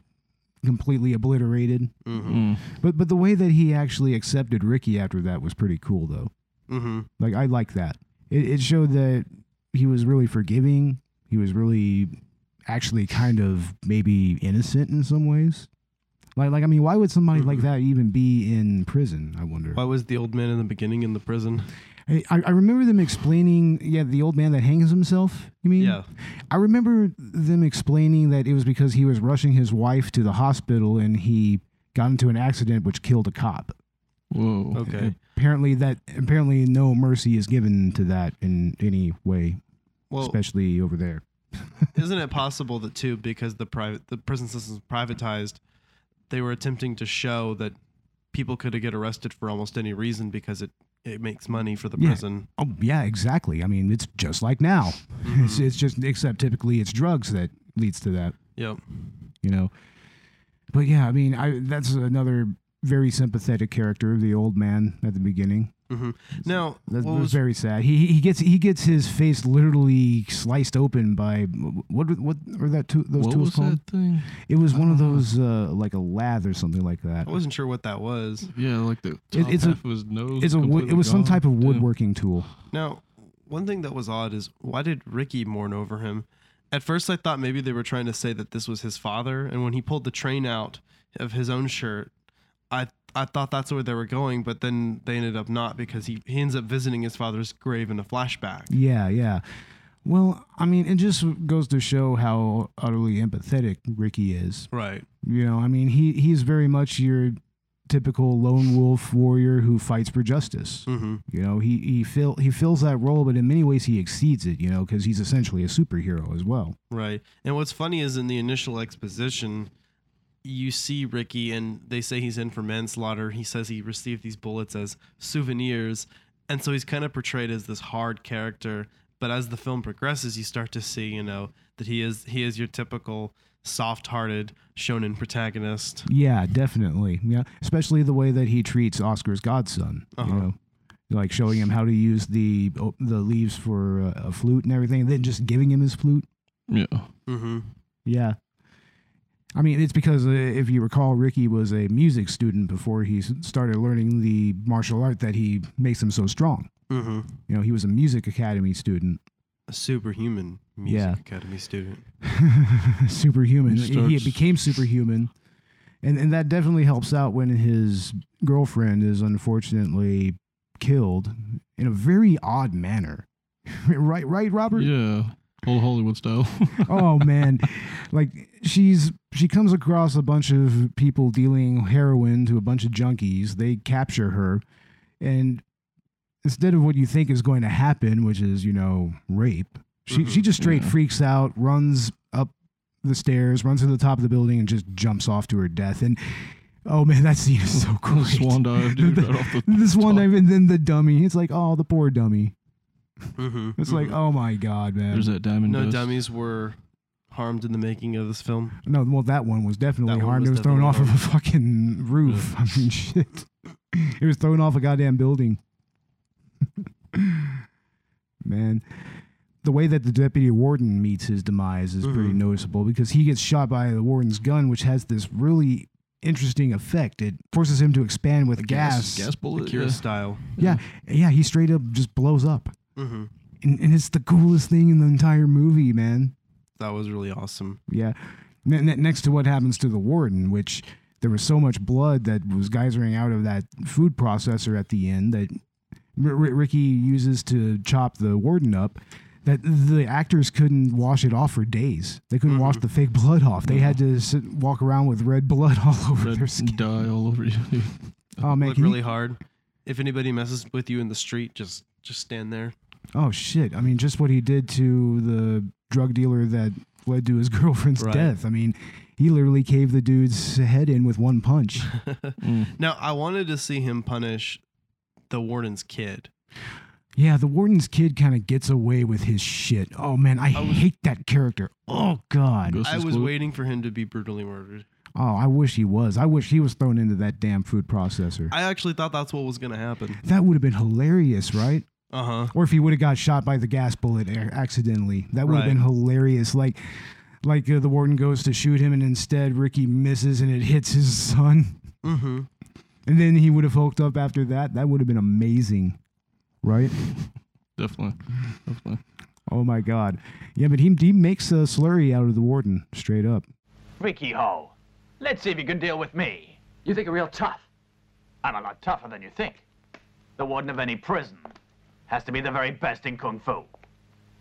A: completely obliterated.
C: Mm.
A: But but the way that he actually accepted Ricky after that was pretty cool though.
B: Mm-hmm.
A: Like I like that. It, it showed that he was really forgiving. He was really actually kind of maybe innocent in some ways. Like like I mean, why would somebody like that even be in prison? I wonder.
B: Why was the old man in the beginning in the prison?
A: I, I I remember them explaining. Yeah, the old man that hangs himself. You mean?
B: Yeah.
A: I remember them explaining that it was because he was rushing his wife to the hospital and he got into an accident which killed a cop.
C: Whoa.
B: Okay.
A: Apparently that apparently no mercy is given to that in any way,
B: Well,
A: especially over there.
B: isn't it possible that too because the private the prison system's privatized, they were attempting to show that people could get arrested for almost any reason because it it makes money for the
A: Yeah.
B: prison.
A: Oh yeah, exactly. I mean, it's just like now.
B: Mm-hmm.
A: It's, it's just except typically it's drugs that leads to that.
B: Yep.
A: you know. But yeah, I mean, I that's another very sympathetic character, the old man at the beginning.
B: Now,
A: That
B: what
A: was,
B: was
A: very sad. He he gets he gets his face literally sliced open by what were- what are that two, those
C: What
A: tools
C: was
A: called?
C: that thing?
A: It was one of those uh, like a lath or something like that.
B: I wasn't sure what that was.
C: Yeah, like the top
A: it's a-
C: half of his nose.
A: It's a wood, it was some type of woodworking tool.
B: Now, one thing that was odd is why did Ricky mourn over him? At first, I thought maybe they were trying to say that this was his father, and when he pulled the train out of his own shirt, I I thought that's where they were going, but then they ended up not because he, he ends up visiting his father's grave in a flashback.
A: Yeah, yeah. Well, I mean, it just goes to show how utterly empathetic Ricky is.
B: Right.
A: You know, I mean, he he's very much your typical lone wolf warrior who fights for justice.
B: hmm
A: You know, he he fill he fills that role, but in many ways he exceeds it. You know, because he's essentially a superhero as well.
B: Right. And what's funny is in the initial exposition, you see Ricky and they say he's in for manslaughter. He says he received these bullets as souvenirs. And so he's kind of portrayed as this hard character. But as the film progresses, you start to see, you know, that he is he is your typical soft hearted shonen protagonist.
A: Yeah, definitely. Yeah, especially the way that he treats Oscar's godson. You
B: Uh-huh.
A: know, like showing him how to use the oh, the leaves for uh, a flute and everything, and then just giving him his flute.
C: Yeah.
B: Mm-hmm.
A: Yeah. I mean, it's because uh, if you recall, Ricky was a music student before he s- started learning the martial art that he makes him so strong.
B: Mm-hmm.
A: You know, he was a music academy student,
B: A superhuman music
A: Yeah.
B: academy student.
A: superhuman.
C: He
A: He
C: starts-
A: became superhuman. And, and that definitely helps out when his girlfriend is unfortunately killed in a very odd manner. right, right, Robert?
C: Yeah. Old Hollywood style.
A: oh man like she's she comes across a bunch of people dealing heroin to a bunch of junkies they capture her and instead of what you think is going to happen which is you know rape she, she just straight
C: Mm-hmm. Yeah.
A: freaks out runs up the stairs runs to the top of the building and just jumps off to her death and oh man that scene is so cool
C: Swan dive, dude, right off the
A: this one
C: top.
A: dive and then the dummy it's like oh the poor dummy
B: Mm-hmm.
A: it's like oh my god man
C: There's that diamond
B: no
C: dust.
B: dummies were harmed in the making of this film.
A: No, well, that one was definitely
B: That one
A: harmed.
B: was
A: it was thrown off
B: definitely
A: of a fucking roof. I mean, shit. It was thrown off a goddamn building. Man, the way that the deputy warden meets his demise is
B: Mm-hmm.
A: pretty noticeable because he gets shot by the warden's gun, which has this really interesting effect. It forces him to expand with gas.
C: Gas, gas bullet.
B: Akira
C: yeah.
B: style.
A: Yeah, yeah, he straight up just blows up.
B: Mhm.
A: And, and it's the coolest thing in the entire movie, man.
B: That was really awesome.
A: Yeah. Ne- ne- next to what happens to the warden, which there was so much blood that was geysering out of that food processor at the end that R- R- Ricky uses to chop the warden up. That the actors couldn't wash it off for days. They couldn't wash the fake blood off. They had to sit, walk around with red blood all over
C: Red
A: their skin.
C: dye all over you. dude.
A: Oh man!
B: look
A: can you-
B: really hard. If anybody messes with you in the street, just just stand there.
A: oh shit! I mean, just what he did to the drug dealer that led to his girlfriend's
B: Right.
A: death. I mean, he literally caved the dude's head in with one punch.
B: Now, I wanted to see him punish the warden's kid.
A: Yeah, the warden's kid kind of gets away with his shit. Oh man, I, hate that character. Oh god.
C: Goes-
B: I
C: is
B: was
C: cool.
B: waiting for him to be brutally murdered.
A: Oh, I wish he was. I wish he was thrown into that damn food processor.
B: I actually thought that's what was going to happen.
A: that would have been hilarious, right?
B: Uh huh.
A: Or if he would have got shot by the gas bullet a- accidentally, that would have
B: Right.
A: been hilarious. Like, Like uh, the warden goes to shoot him, and instead Ricky misses and it hits his son.
B: Mm-hmm.
A: And then he would have hooked up after that. That would have been amazing, right?
C: Definitely. Definitely.
A: Oh my God. Yeah, but he, he makes a slurry out of the warden straight up.
D: Ricky Ho, let's see if you can deal with me. You think you're real tough. I'm a lot tougher than you think. The warden of any prison has to be the very best in kung fu.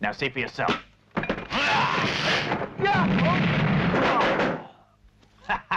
D: Now see for yourself.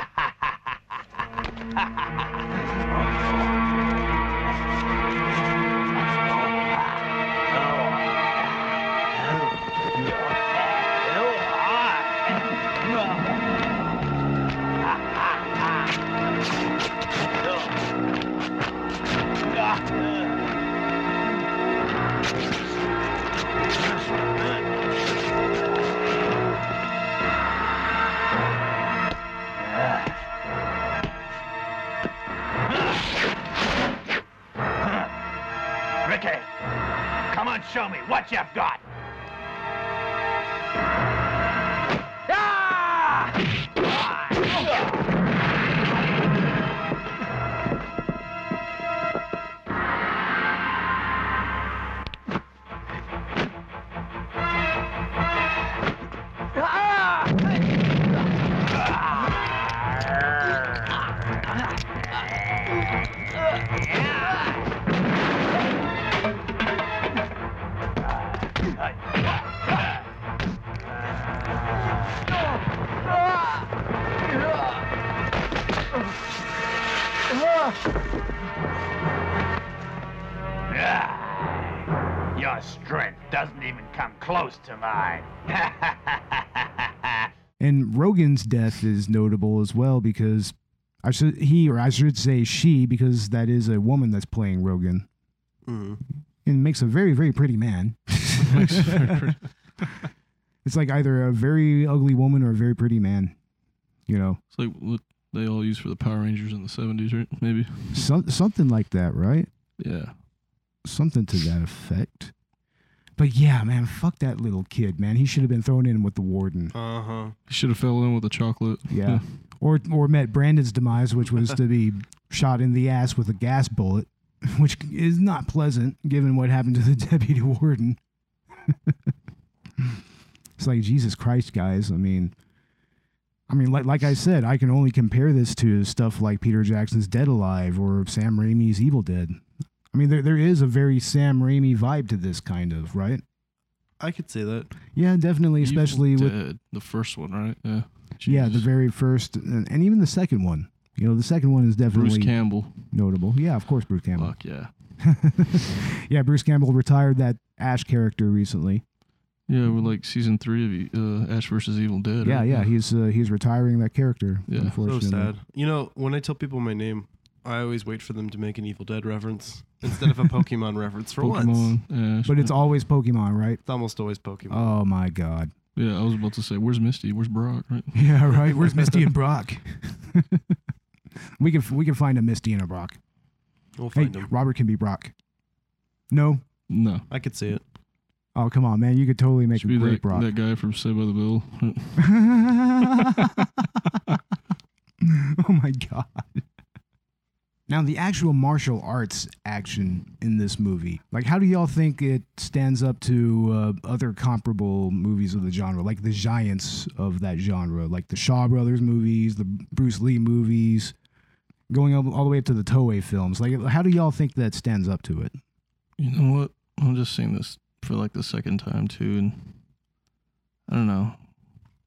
E: Ricky, come on, show me what you've got.
D: Your strength doesn't even come close to mine.
A: And Rogan's death is notable as well because I should he or I should say she because that is a woman that's playing Rogan
B: Mm.
A: and makes a very very pretty man.
C: Makes it very pretty.
A: It's like either a very ugly woman or a very pretty man. You know,
C: It's like what they all used for the Power Rangers in the 70s, right? Maybe.
A: Some, something like that, right?
C: Yeah.
A: Something to that effect. But yeah, man, fuck that little kid, man. He should have been thrown in with the warden.
B: Uh huh.
C: He should have fell in with a chocolate.
A: Yeah. Or or met Brandon's demise, which was to be shot in the ass with a gas bullet, which is not pleasant given what happened to the deputy warden. it's like Jesus Christ, guys. I mean, I mean, like like I said, I can only compare this to stuff like Peter Jackson's Dead Alive or Sam Raimi's Evil Dead. I mean, there there is a very Sam Raimi vibe to this kind of right.
B: I could say that.
A: Yeah, definitely,
C: Evil
A: especially with
C: Dead, the first one, right? Yeah.
A: yeah the
C: Jesus.
A: very first and, and even the second one. You know, the second one is definitely
C: Bruce Campbell.
A: notable. Yeah, of course, Bruce Campbell.
C: Fuck yeah.
A: Yeah, Bruce Campbell retired that Ash character recently.
C: Yeah, we're like season three of uh, Ash versus Evil Dead.
A: Yeah,
C: right?
A: yeah, he's uh, he's retiring that character.
C: Yeah, so
B: So
A: unfortunately.
B: sad. You know, when I tell people my name, I always wait for them to make an Evil Dead reference instead of a Pokemon reference for once.
C: Pokemon. Ash.
A: But it's always Pokemon, right?
B: It's almost always Pokemon.
A: Oh my God.
C: yeah, I was about to say, where's Misty? Where's Brock? Right?
A: Yeah, right. Where's Misty and Brock? we can we can find a Misty and a Brock.
B: we'll
A: Hey,
B: find them.
A: Robert can be Brock. No.
C: No.
B: I could see it.
A: Oh come on, man! You could totally make
C: Should
A: a
C: be
A: great
C: that,
A: Brock.
C: that guy from Saved by the Bell. Right?
A: oh my god. Now the actual martial arts action in this movie, like how do y'all think it stands up to uh, other comparable movies of the genre, like the giants of that genre, like the Shaw Brothers movies, the Bruce Lee movies, going all, all the way up to the Toei films? Like how do y'all think that stands up to it?
C: You know what? I'm just seeing this for like the second time too, and I don't know.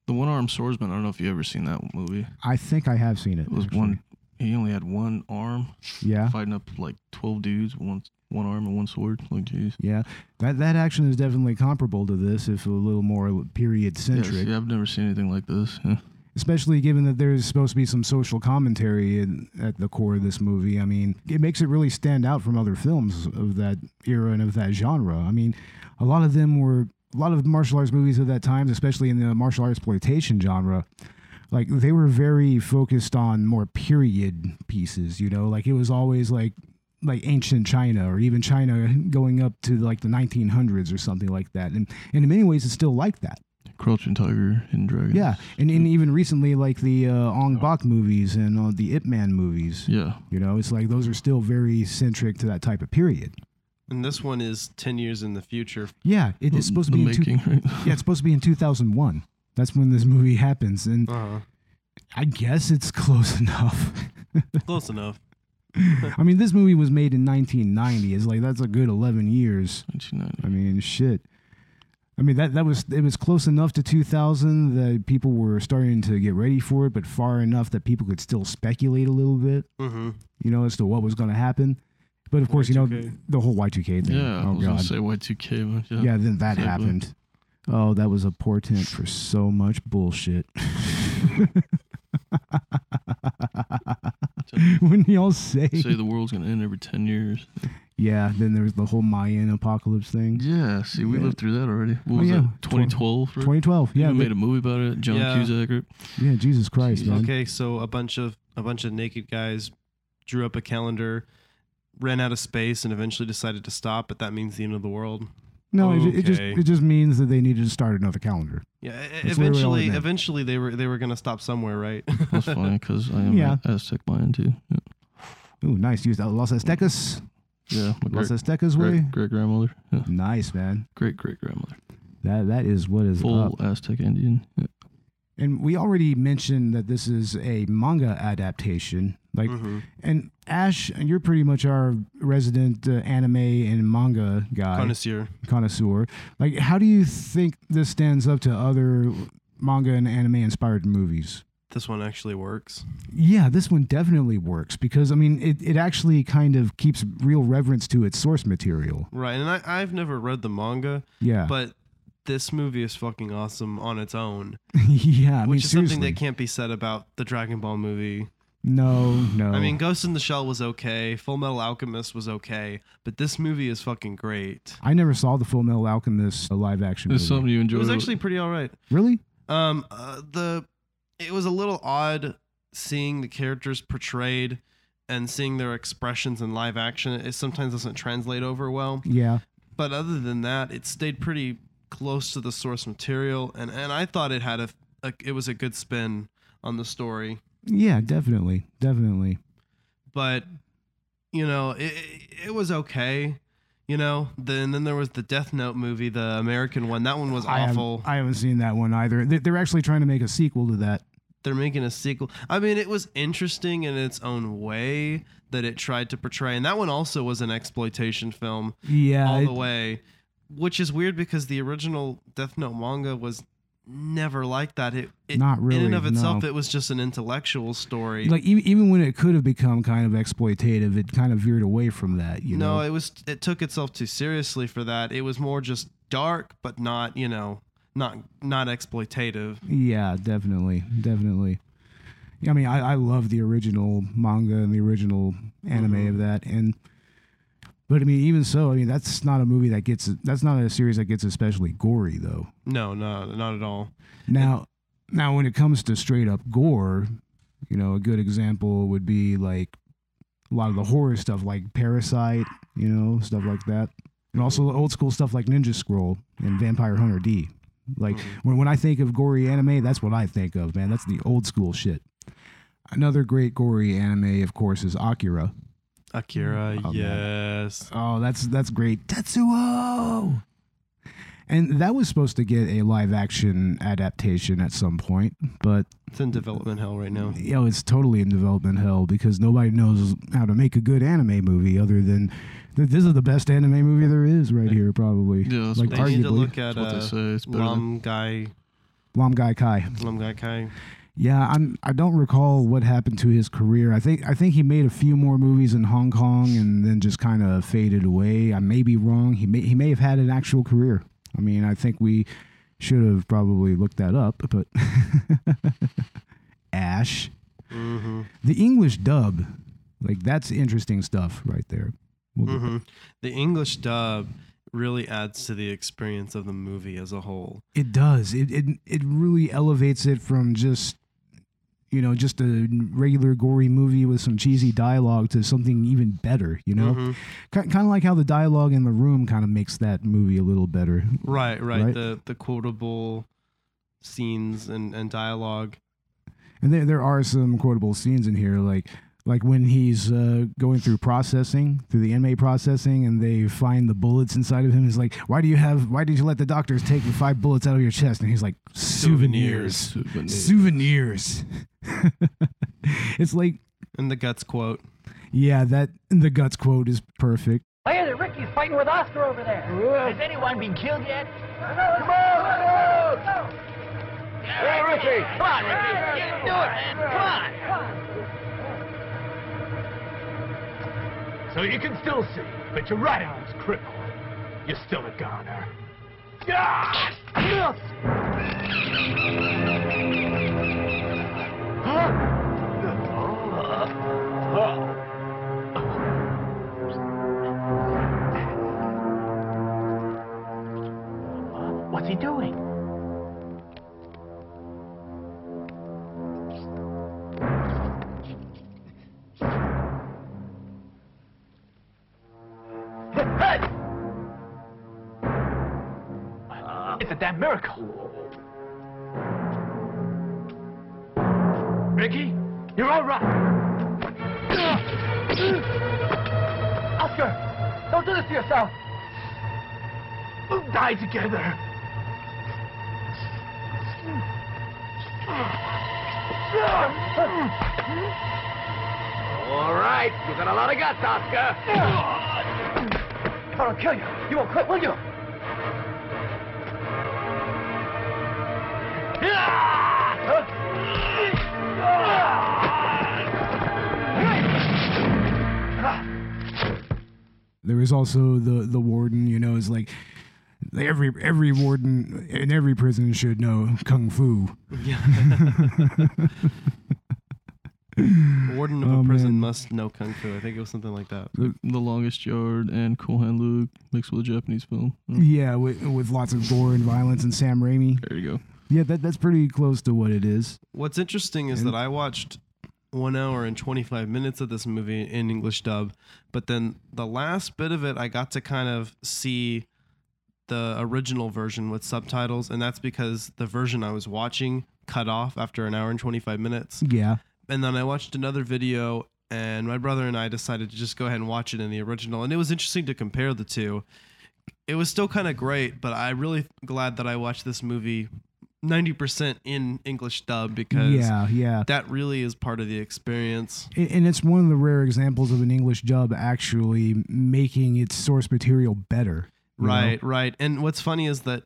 C: The one armed swordsman. I don't know if you ever seen that movie.
A: I think I have seen it.
C: It was
A: actually.
C: one. He only had one arm,
A: Yeah.
C: fighting up like twelve dudes, with one one arm and one sword. Like jeez.
A: Yeah, that that action is definitely comparable to this, if a little more period
C: Yes,
A: centric.
C: yeah, I've never seen anything like this. Yeah.
A: Especially given that there's supposed to be some social commentary in, at the core of this movie. I mean, it makes it really stand out from other films of that era and of that genre. I mean, a lot of them were a lot of martial arts movies of that time, especially in the martial arts exploitation genre. Like they were very focused on more period pieces, you know. Like it was always like like ancient China or even China going up to like the 1900s or something like that. And, and in many ways, it's still like that.
C: Crouching Tiger, Hidden Dragon.
A: Yeah, and, and even recently, like the uh, Ong Bak movies and uh, the Ip Man movies.
C: Yeah.
A: You know, it's like those are still very centric to that type of period.
B: And this one is 10 years in the future.
A: Yeah, it is supposed to
C: the
A: be
C: making,
A: in two,
C: right?
A: yeah, it's supposed to be in 2001. That's when this movie happens, and
B: Uh-huh.
A: I guess it's close enough.
B: Close enough.
A: I mean, this movie was made in 1990. It's like that's a good 11 years.
C: 1990.
A: I mean, shit. I mean that that was it was close enough to 2000 that people were starting to get ready for it, but far enough that people could still speculate a little bit,
B: Mm-hmm.
A: you know, as to what was going to happen. But of course, you know,
B: Y2K.
A: the whole Y2K thing.
C: Yeah, I
A: oh
C: was gonna
A: god.
C: say Y2K. But yeah.
A: yeah, then that
C: Exactly.
A: happened. Oh, that was a portent for so much bullshit. Wouldn't y'all say?
C: Say the world's gonna end every 10 years.
A: Yeah, then there was the whole Mayan apocalypse thing.
C: Yeah, see, we
A: Yeah.
C: lived through that already.
A: Oh,
C: What was
A: yeah.
C: it? 2012? right?
A: 2012. Yeah,
C: we
A: they-
C: made a movie about it. John
B: Yeah.
C: Cusack. Right?
A: yeah, Jesus Christ, man.
B: Okay, so a bunch of a bunch of naked guys drew up a calendar, ran out of space, and eventually decided to stop. But that means the end of the world.
A: No, it, ju- it just
B: Okay.
A: it just means that they needed to start another calendar.
B: Yeah, e-
A: where we all
B: eventually,
A: admit.
B: eventually they were they were gonna stop somewhere, right?
C: That's funny because I am
A: Yeah.
C: a- Aztec Mayan too. Yeah,
A: Ooh, nice. Use that Los Aztecas.
C: yeah my
A: Los
C: great,
A: Aztecas way.
C: great, great grandmother. Yeah.
A: Nice, man.
C: Great great grandmother.
A: That that is what is
C: Full
A: up.
C: Aztec Indian. Yeah.
A: And we already mentioned that this is a manga adaptation. Like,
C: Mm-hmm.
A: and Ash, you're pretty much our resident uh, anime and manga guy
B: Connoisseur.
A: connoisseur. Like, how do you think this stands up to other manga and anime inspired movies?
B: This one actually works.
A: Yeah, this one definitely works because I mean, it, it actually kind of keeps real reverence to its source material.
B: Right, and I, I've never read the manga,
A: Yeah,
B: but this movie is fucking awesome on its own,
A: yeah, I mean,
B: which is
A: seriously,
B: something that can't be said about the Dragon Ball movie.
A: no, no.
B: I mean, Ghost in the Shell was okay, Full Metal Alchemist was okay, but this movie is fucking great.
A: I never saw the Full Metal Alchemist uh, live action
C: It's
A: movie.
C: something you
B: It
C: enjoy.
B: was actually pretty all right.
A: really?
B: Um, uh, the it was a little odd seeing the characters portrayed and seeing their expressions in live action. It sometimes doesn't translate over well.
A: Yeah,
B: but other than that, it stayed pretty close to the source material, and and I thought it had a, a it was a good spin on the story,
A: yeah, definitely, definitely.
B: but you know it it- it was okay. You know, then then there was the Death Note movie, the American one. That one was
A: I haven't-
B: awful.
A: I haven't seen that one either. They- They're actually trying to make a sequel to that.
B: They're making a sequel. I mean, it was interesting in its own way that it tried to portray, and that one also was an exploitation film.
A: Yeah,
B: all
A: it-
B: the way, which is weird because the original Death Note manga was never like that. It, it
A: Not
B: in
A: really,
B: and of itself,
A: no.
B: it was just an intellectual story.
A: like even, even when it could have become kind of exploitative, it kind of veered away from that. You
B: no,
A: know,
B: it was it took itself too seriously for that. It was more just dark, but not you know not not exploitative.
A: yeah, definitely, definitely. Yeah, I mean, I, I love the original manga and the original anime of that, and but I mean, even so, I mean, that's not a movie that gets that's not a series that gets especially gory though.
B: No, no, not at all.
A: Now, now when it comes to straight up gore, you know, a good example would be like a lot of the horror stuff, like Parasite, you know, stuff like that, and also old school stuff like Ninja Scroll and Vampire Hunter D. Like when when I think of gory anime, that's what I think of, man. That's the old school shit. Another great gory anime, of course, is Akira.
B: Akira, yes.
A: Oh, that's that's great. Tetsuo. And that was supposed to get a live action adaptation at some point, but
B: It's in development hell right now.
A: you know, it's totally in development hell because nobody knows how to make a good anime movie other than th- this is the best anime movie there is right here, probably.
C: Yeah, that's
A: like
C: what
B: They
A: arguably,
B: need to look at
C: That's what they
B: uh,
C: say. It's better than-
B: Lam Guy,
A: Lam Gai Kai.
B: Lam Guy Kai.
A: Yeah, I'm. I don't recall what happened to his career. I think I think he made a few more movies in Hong Kong and then just kind of faded away. I may be wrong. He may he may have had an actual career. I mean, I think we should have probably looked that up. But Ash, the English dub, like that's interesting stuff right there. We'll get-
B: The English dub really adds to the experience of the movie as a whole.
A: It does. It it it really elevates it from just you know just a regular gory movie with some cheesy dialogue to something even better. You know, kind of like how the dialogue in the room kind of makes that movie a little better.
B: Right, right.
A: Right?
B: The the quotable scenes and, and dialogue.
A: And there, there are some quotable scenes in here, like like when he's uh, going through processing, through the inmate processing, and they find the bullets inside of him. He's like, "Why do you have? Why did you let the doctors take the five bullets out of your chest?" And he's like, "Souvenirs,
C: Souvenirs.
A: souvenirs." it's like,
B: And the guts quote.
A: yeah, that the guts quote is perfect.
H: I hear that Ricky's fighting with Oscar over there.
E: Has anyone been killed yet?
H: Come on, let's go.
E: Hey, Ricky! Come on, Ricky! You can do it, man! Come on! So you can still see, but your right arm's crippled. You're still a goner. Yeah! What's he doing? Hey!
G: Uh,
E: It's a damn miracle. Ricky, you're all right. Oscar, don't do this to yourself. We'll die together.
G: All right, you got a lot of guts, Oscar.
E: If I don't kill you, you won't quit, will you?
D: Ah!
A: There is also the the warden, you know, is like every every warden in every prison should know kung fu.
B: Warden
C: Oh,
B: of a prison must know kung fu. I think it was something like that.
C: The Longest Yard and Cool Hand Luke mixed with a Japanese film. Mm,
A: Yeah, with, with lots of gore and violence and Sam Raimi.
C: There you go.
A: Yeah, that, that's pretty close to what it is.
B: What's interesting is that I watched one hour and 25 minutes of this movie in English dub, but then the last bit of it, I got to kind of see the original version with subtitles, and that's because the version I was watching cut off after an hour and 25 minutes.
A: Yeah.
B: And then I watched another video, and my brother and I decided to just go ahead and watch it in the original, and it was interesting to compare the two. It was still kind of great, but I really glad that I watched this movie 90% in English dub because
A: Yeah, yeah.
B: that really is part of the experience.
A: And and it's one of the rare examples of an English dub actually making its source material better. you know?
B: Right, right. And what's funny is that,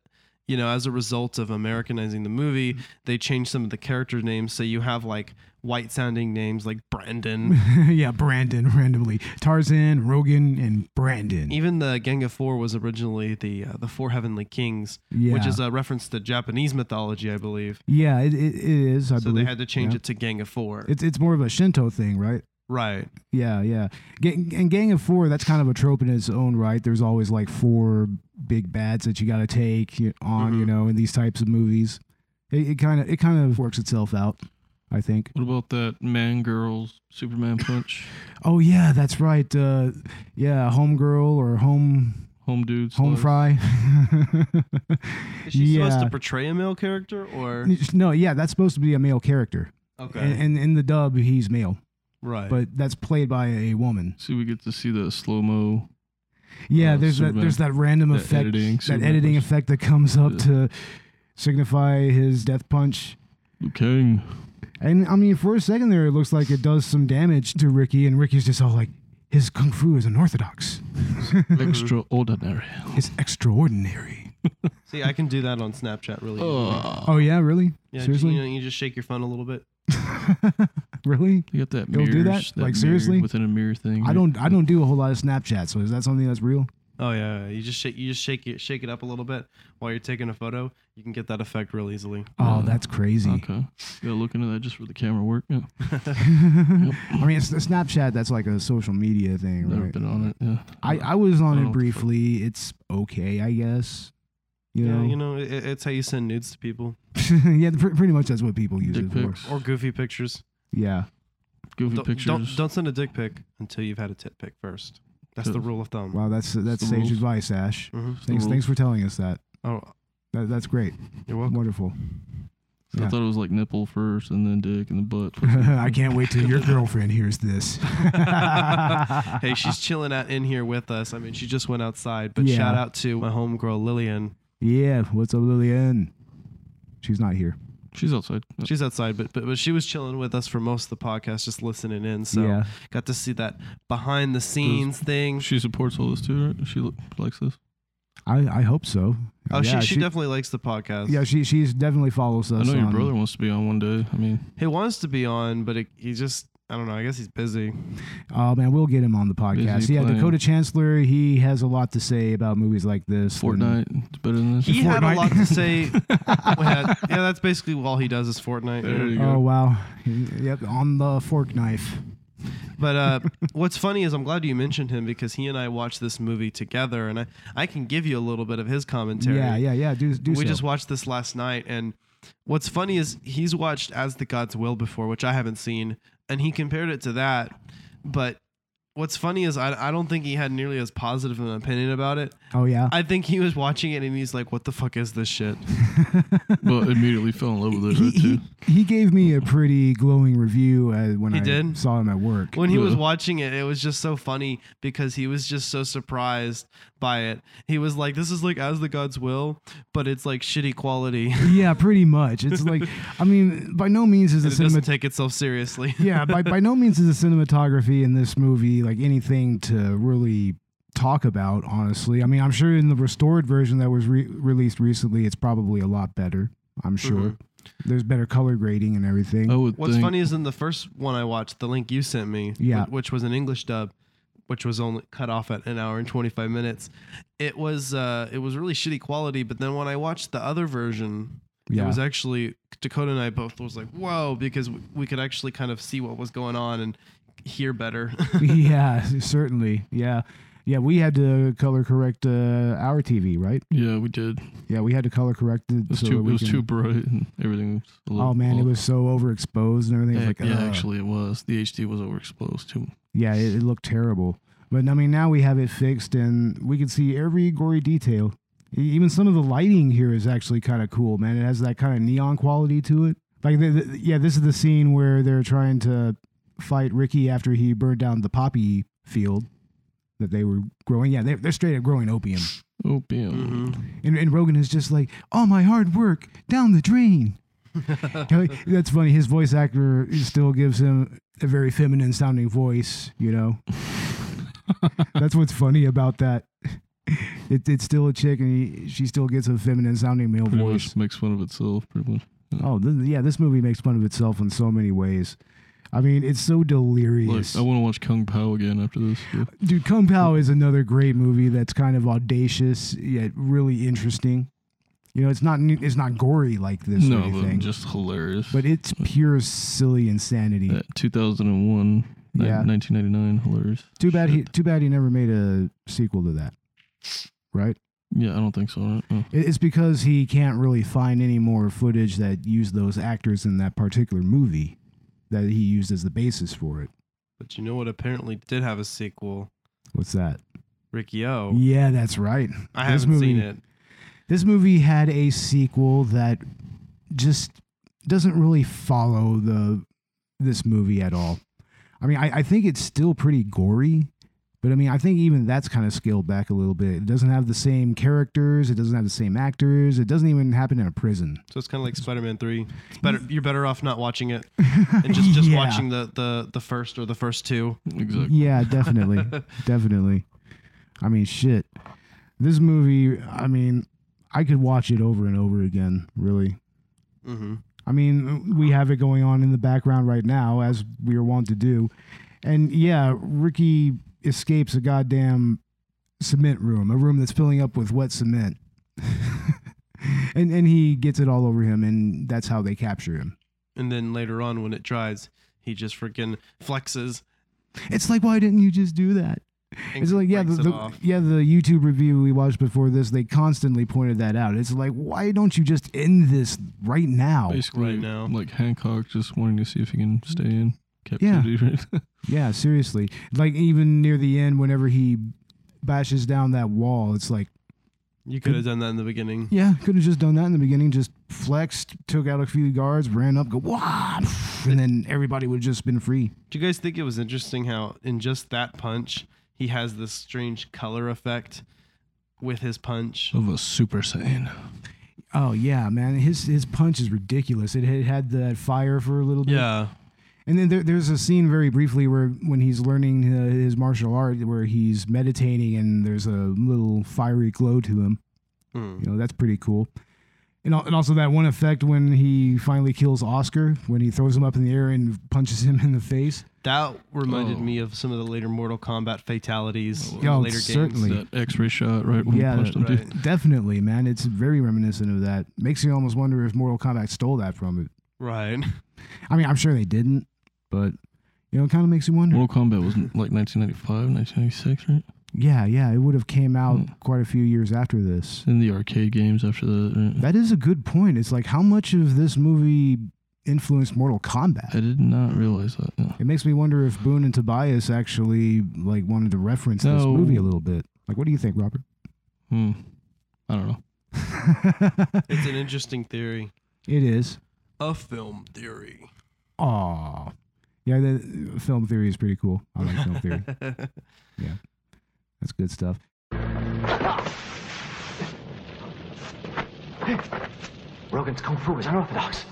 B: you know, as a result of Americanizing the
A: Mm-hmm.
B: movie, they changed some of the character names. So you have like white sounding names like Brandon.
A: yeah, Brandon randomly. Tarzan, Rogan, and Brandon.
B: Even the Gang of Four was originally the uh, the Four Heavenly Kings, which
A: Yeah.
B: is a reference to Japanese mythology, I believe.
A: Yeah, it, it, it is. I
B: so
A: believe.
B: they had to change
A: yeah.
B: it to Gang of Four.
A: It's, it's more of a Shinto thing, right?
B: right.
A: Yeah, yeah. Gang, and Gang of Four, that's kind of a trope in its own right. There's always like four big bads that you got to take you- on,
B: Mm-hmm.
A: you know, in these types of movies. It, it kind of it kind of works itself out, I think.
C: What about that man girls Superman punch?
A: Oh yeah, that's right. Uh, yeah, homegirl or home
C: Home dudes.
A: home fry.
B: Is she supposed
A: Yeah.
B: to portray a male character or
A: no, yeah, that's supposed to be a male character,
B: okay?
A: and, and in the dub he's male,
B: right.
A: but that's played by a woman.
C: See, we get to see the slow mo.
A: Yeah,
C: Uh,
A: there's that
C: Superman.
A: there's that random
C: That
A: effect
C: editing,
A: that
C: Superman
A: editing
C: punch.
A: effect that comes up
C: Yeah.
A: to signify his death punch.
C: Luke Kang.
A: And I mean, for a second there, it looks like it does some damage to Ricky, and Ricky's just all like, his kung fu is unorthodox.
C: Extraordinary.
A: It's extraordinary.
B: See, I can do that on Snapchat really. easily.
C: Oh,
A: Oh yeah, really?
B: yeah, you,
A: Seriously?
B: know, you just shake your phone a little bit.
A: Really?
C: you got that
A: You'll
C: mirror.
A: do that? Like, seriously?
C: Within a mirror thing.
A: I don't I don't do a whole lot of Snapchat, so is that something that's real?
B: Oh yeah, yeah, you just shake you just shake it shake it up a little bit while you're taking a photo. You can get that effect real easily.
A: Oh, that's crazy.
C: Uh, Okay. You gotta look into that just for the camera work. Yeah.
A: I mean, it's the Snapchat that's like a social media thing,
C: Never
A: right?
C: been on it. Yeah.
A: I, I was
C: uh, I
A: on
C: don't
A: it briefly. It's okay, I guess. You
B: yeah,
A: know,
B: you know, it, it's how you send nudes to people
A: yeah, pr- pretty much that's what people use
C: Dick
A: it for.
C: pics.
B: or goofy pictures.
A: Yeah,
C: Goofy
B: Don't-
C: pictures.
B: Don't don't send a dick pic until you've had a tit pic first. That's the
C: Good.
B: rule of thumb.
A: wow, that's that's
C: the
A: sage
C: rules.
A: advice, Ash.
B: hmm
A: Thanks,
C: rules.
A: thanks for telling us that.
B: Oh,
A: That, that's great.
B: You're welcome.
A: Wonderful.
C: I
A: Yeah.
C: thought it was like nipple first and then dick and the butt.
A: I can't wait till your girlfriend hears this.
B: hey, she's chilling out in here with us. I mean, she just went outside, but
A: Yeah.
B: shout out to my homegirl Lillian.
A: yeah, what's up, Lillian? She's not here.
C: She's outside.
B: She's outside, but, but but she was chilling with us for most of the podcast, just listening in. So
A: Yeah.
B: got to see that behind the scenes thing.
C: She supports all this too, right? She li- likes this.
A: I, I hope so.
B: oh,
A: yeah,
B: she, she definitely likes the podcast.
A: yeah, she she's definitely follows us.
C: I know your
A: on-
C: brother wants to be on one day. I mean,
B: he wants to be on, but it, he just I don't know. I guess he's busy.
A: Oh man, we'll get him on the podcast.
C: Busy
A: Yeah,
C: playing.
A: Dakota Chancellor, he has a lot to say about movies like this. and-
C: Fortnite, it's better than this.
B: He had a
A: Fortnite.
B: lot to say. yeah, yeah, that's basically all he does is Fortnite.
C: There you
A: Oh
C: go.
A: wow. Yep, on the fork knife.
B: But uh, what's funny is I'm glad you mentioned him because he and I watched this movie together, and I, I can give you a little bit of his commentary.
A: Yeah, yeah, yeah. Do do
B: We
A: so.
B: just watched this last night, and what's funny is he's watched As the Gods Will before, which I haven't seen, and he compared it to that. But what's funny is I, I don't think he had nearly as positive an opinion about it.
A: oh yeah.
B: I think he was watching it and he's like, "What the fuck is this shit?"
C: but immediately fell in love with it
A: he,
C: right,
A: he,
C: too.
A: he gave me a pretty glowing review uh, when
B: He
A: I
B: did?
A: saw him at work.
B: when he was
C: Yeah.
B: watching it, it was just so funny because he was just so surprised by it. He was like, "This is like as the gods will, but it's like shitty quality.
A: yeah, pretty much. It's like, I mean, by no means is the
B: it doesn't
A: cinematography.
B: take itself seriously."
A: yeah, by, by no means is the cinematography in this movie like anything to really talk about. Honestly, I mean, I'm sure in the restored version that was re- released recently, it's probably a lot better. I'm
B: Mm-hmm.
A: sure there's better color grading and everything.
C: I would
B: What's
C: think
B: funny is in the first one I watched, the link you sent me,
A: Yeah.
B: wh- which was an English dub, which was only cut off at an hour and twenty five minutes. It was uh, it was really shitty quality. But then when I watched the other version,
A: Yeah.
B: it was actually Dakota and I both was like, "Whoa!" because we, we could actually kind of see what was going on and hear better.
A: yeah, certainly. Yeah, yeah. We had to color correct uh, our TV, right?
C: yeah, we did. It
A: Yeah, we had to color correct it.
C: was
A: so
C: too
A: that
C: it
A: we
C: was
A: can-
C: too bright and everything. Was a little
A: Oh man, it
C: off.
A: was so overexposed and everything. It was
C: Yeah,
A: like, uh,
C: yeah,
A: ugh.
C: actually, it was. The HD was overexposed too.
A: yeah, it, it looked terrible. But I mean, now we have it fixed, and we can see every gory detail. E- Even some of the lighting here is actually kind of cool, man. It has that kind of neon quality to it. Like, the, the, yeah, this is the scene where they're trying to fight Ricky after he burned down the poppy field that they were growing. Yeah, they're, they're straight up growing opium.
C: Oh damn!
B: Mm-hmm.
A: And, and Rogan is just like, all my hard work down the drain. That's funny. His voice actor still gives him a very feminine sounding voice, you know? That's what's funny about that. It, it's still a chick and he, she still gets a feminine sounding male
C: Pretty
A: voice.
C: much makes fun of itself. Pretty much.
A: Oh, th- yeah, this movie makes fun of itself in so many ways. I mean, it's so
C: Like,
A: delirious.
C: I want to watch Kung Pao again after this. Yeah.
A: Dude, Kung Pao is another great movie that's kind of audacious yet really interesting. You know, it's not it's not gory like this or
C: No,
A: anything,
C: but just hilarious.
A: but it's pure silly insanity.
C: That 2001, ni-
A: Yeah.
C: 1999, hilarious.
A: too bad he
C: shit.
A: too bad he never made a sequel to that. Right?
C: Yeah, I don't think so. Right? No.
A: It- It's because he can't really find any more footage that used those actors in that particular movie that he used as the basis for it.
B: but you know what? Apparently, did have a sequel.
A: What's that?
B: Ricky
C: Oh.
B: O.
A: Yeah, that's right.
B: I
A: this
B: haven't
A: movie-
B: seen it.
A: this movie had a sequel that just doesn't really follow the this movie at all. I mean, I, I think it's still pretty gory, but I mean, I think even that's kind of scaled back a little bit. It doesn't have the same characters. It doesn't have the same actors. It doesn't even happen in a prison.
B: So it's kind of like Spider Man Three. It's better. You're better off not watching it and just just
A: Yeah.
B: watching the the the first or the first two.
C: Exactly.
A: Yeah, definitely. definitely. I mean, shit. This movie, I mean, I could watch it over and over again, really.
B: Mm-hmm.
A: I mean, we have it going on in the background right now, as we are wont to do. And yeah, Ricky escapes a goddamn cement room, a room that's filling up with wet cement. and and he gets it all over him, and that's how they capture him.
B: And then later on, when it dries, he just freaking flexes.
A: It's like, why didn't you just do that?
B: And
A: It's like, yeah, the,
B: breaks it
A: the-
B: off.
A: yeah, the YouTube review we watched before this, they constantly pointed that out. It's like, why don't you just end this right now?
C: Basically,
B: Right now.
C: like Hancock just wanting to see if he can
A: Mm-hmm.
C: stay in captivity. right?
A: Yeah, seriously. Like even near the end, whenever he bashes down that wall, it's like,
B: You could have done that in the beginning.
A: Yeah, could have just done that in the beginning. Just flexed, took out a few guards, ran up, go wah, and then everybody would have just been free.
B: Do you guys think it was interesting how in just that punch he has this strange color effect with his punch?
C: Of a Super Saiyan.
A: Oh yeah, man, his his punch is ridiculous. It had, had that fire for a little bit.
B: Yeah.
A: And then there, there's a scene very briefly where when he's learning uh, his martial art, where he's meditating, and there's a little fiery glow to him. You know, that's pretty cool. And, al- and also that one effect when he finally kills Oscar, when he throws him up in the air and punches him in the face.
B: That reminded
C: Oh.
B: me of some of the later Mortal Kombat fatalities in
A: Oh,
B: the later
A: certainly.
B: games.
C: That X-ray shot right when
A: Yeah,
C: he punched him,
B: right.
C: dude.
A: Definitely, man. It's very reminiscent of that. Makes you almost wonder if Mortal Kombat stole that from it.
B: Right.
A: I mean, I'm sure they didn't, but you know, it kind of makes you wonder.
C: Mortal Kombat was like 1995, 1996, right?
A: yeah, yeah, it would have came out
C: Hmm.
A: quite a few years after this.
C: In the arcade games after that. uh, Right?
A: That is a good point. It's like how much of this movie influenced Mortal Kombat.
C: I did not realize that. No.
A: It makes me wonder if Boone and Tobias actually like wanted to reference this
C: No.
A: movie a little bit. Like, what do you think, Robert?
C: Hmm. I don't know.
B: It's an interesting theory.
A: it is.
B: A film theory.
A: Aw. Yeah, the film theory is pretty cool. I like film theory. Yeah. That's good stuff.
D: Rogan's kung fu is unorthodox.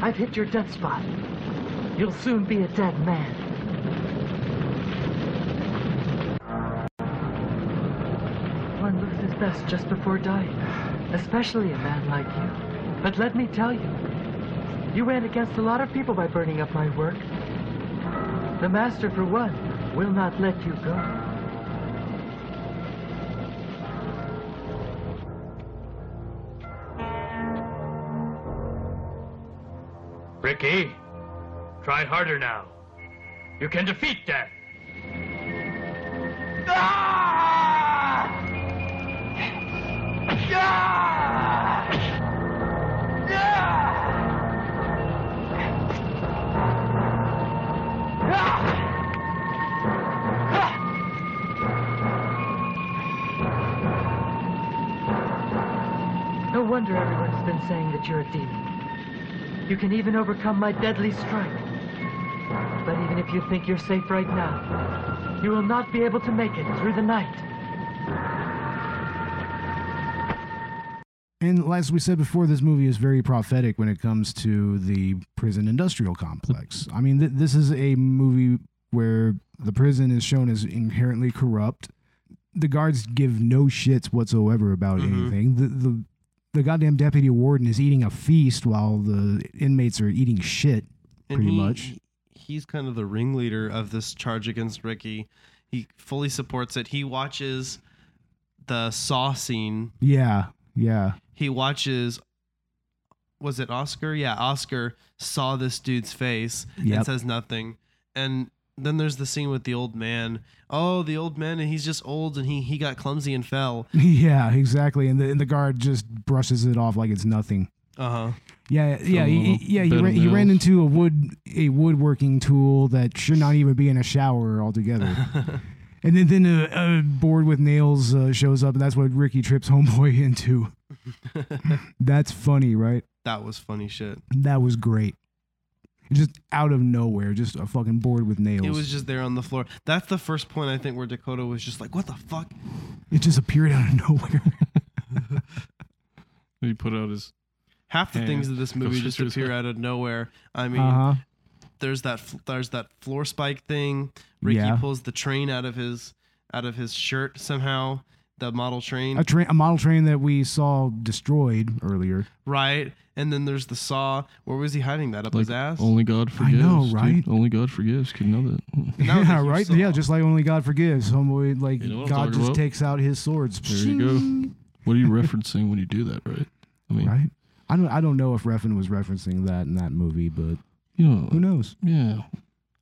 I: I've hit your death spot. You'll soon be a dead man. One looks his best just before dying, especially a man like you. But let me tell you, you ran against a lot of people by burning up my work. The Master, for one, will not let you go.
F: Ricky, try harder now. You can defeat death.
E: Ah!
I: No wonder everyone's been saying that you're a demon. You can even overcome my deadly strike. But even if you think you're safe right now, you will not be able to make it through the night.
A: And as we said before, this movie is very prophetic when it comes to the prison industrial complex. I mean, th- this is a movie where the prison is shown as inherently corrupt. The guards give no shits whatsoever about
B: Mm-hmm.
A: anything. The, the the goddamn deputy warden is eating a feast while the inmates are eating shit.
B: And
A: Pretty
B: he-
A: much.
B: He's kind of the ringleader of this charge against Ricky. He fully supports it. He watches the saw scene
A: Yeah, yeah.
B: he watches was it Oscar? Yeah, Oscar saw this dude's face
A: Yep.
B: and says nothing. And then there's the scene with the old man. Oh, the old man and he's just old and he he got clumsy and fell.
A: Yeah, exactly. And the, and the guard just brushes it off like it's nothing.
B: Uh-huh.
A: Yeah, yeah,
C: a
A: he,
C: little
A: yeah. He
C: bit of
A: ran, he ran
C: nails.
A: into a wood a woodworking tool that should not even be in a shower altogether. and then then a, a board with nails uh, shows up, and that's what Ricky trips homeboy into. that's funny, right?
B: That was funny shit.
A: That was great. Just out of nowhere, just a fucking board with nails.
B: It was just there on the floor. That's the first point I think where Dakota was just like, "What the fuck?"
A: it just appeared out of nowhere.
C: He put out his.
B: Half the
C: Yeah.
B: things of this movie just appear out of nowhere. I mean,
A: Uh huh.
B: there's that fl- there's that floor spike thing. Ricky
A: Yeah.
B: pulls the train out of his out of his shirt somehow. The model train,
A: A train, a model train that we saw destroyed earlier.
B: right? And then there's the saw. Where was he hiding that up
C: Like,
B: his ass?
C: Only God forgives.
A: know,
C: dude.
A: right?
C: Only God forgives. Could know that. Hmm.
B: That was a
A: yeah,
B: huge
A: right.
B: saw.
A: Yeah, just like only God forgives. Homeboy, like
C: You know what I'm
A: God
C: talking
A: just
C: about.
A: takes out his swords.
C: There you go. What are you referencing when you do that, right? I mean,
A: Right. I don't. I don't know if Refn was referencing that in that movie, but
C: you know,
A: who knows?
C: yeah.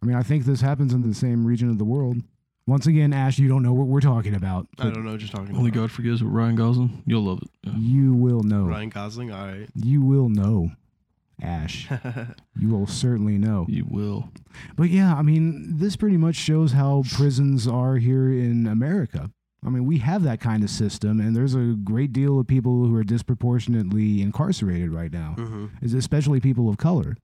A: I mean, I think this happens in the same region of the world. Once again, Ash, you don't know what we're talking about.
B: I don't know what you're talking
C: Only
B: about.
C: God forgives with Ryan Gosling. You'll love it. Yeah.
A: You will know.
B: Ryan Gosling. All right.
A: You will know, Ash. you will certainly know.
C: You will.
A: But yeah, I mean, this pretty much shows how prisons are here in America. I mean, we have that kind of system, and there's a great deal of people who are disproportionately incarcerated right now, is especially people of color.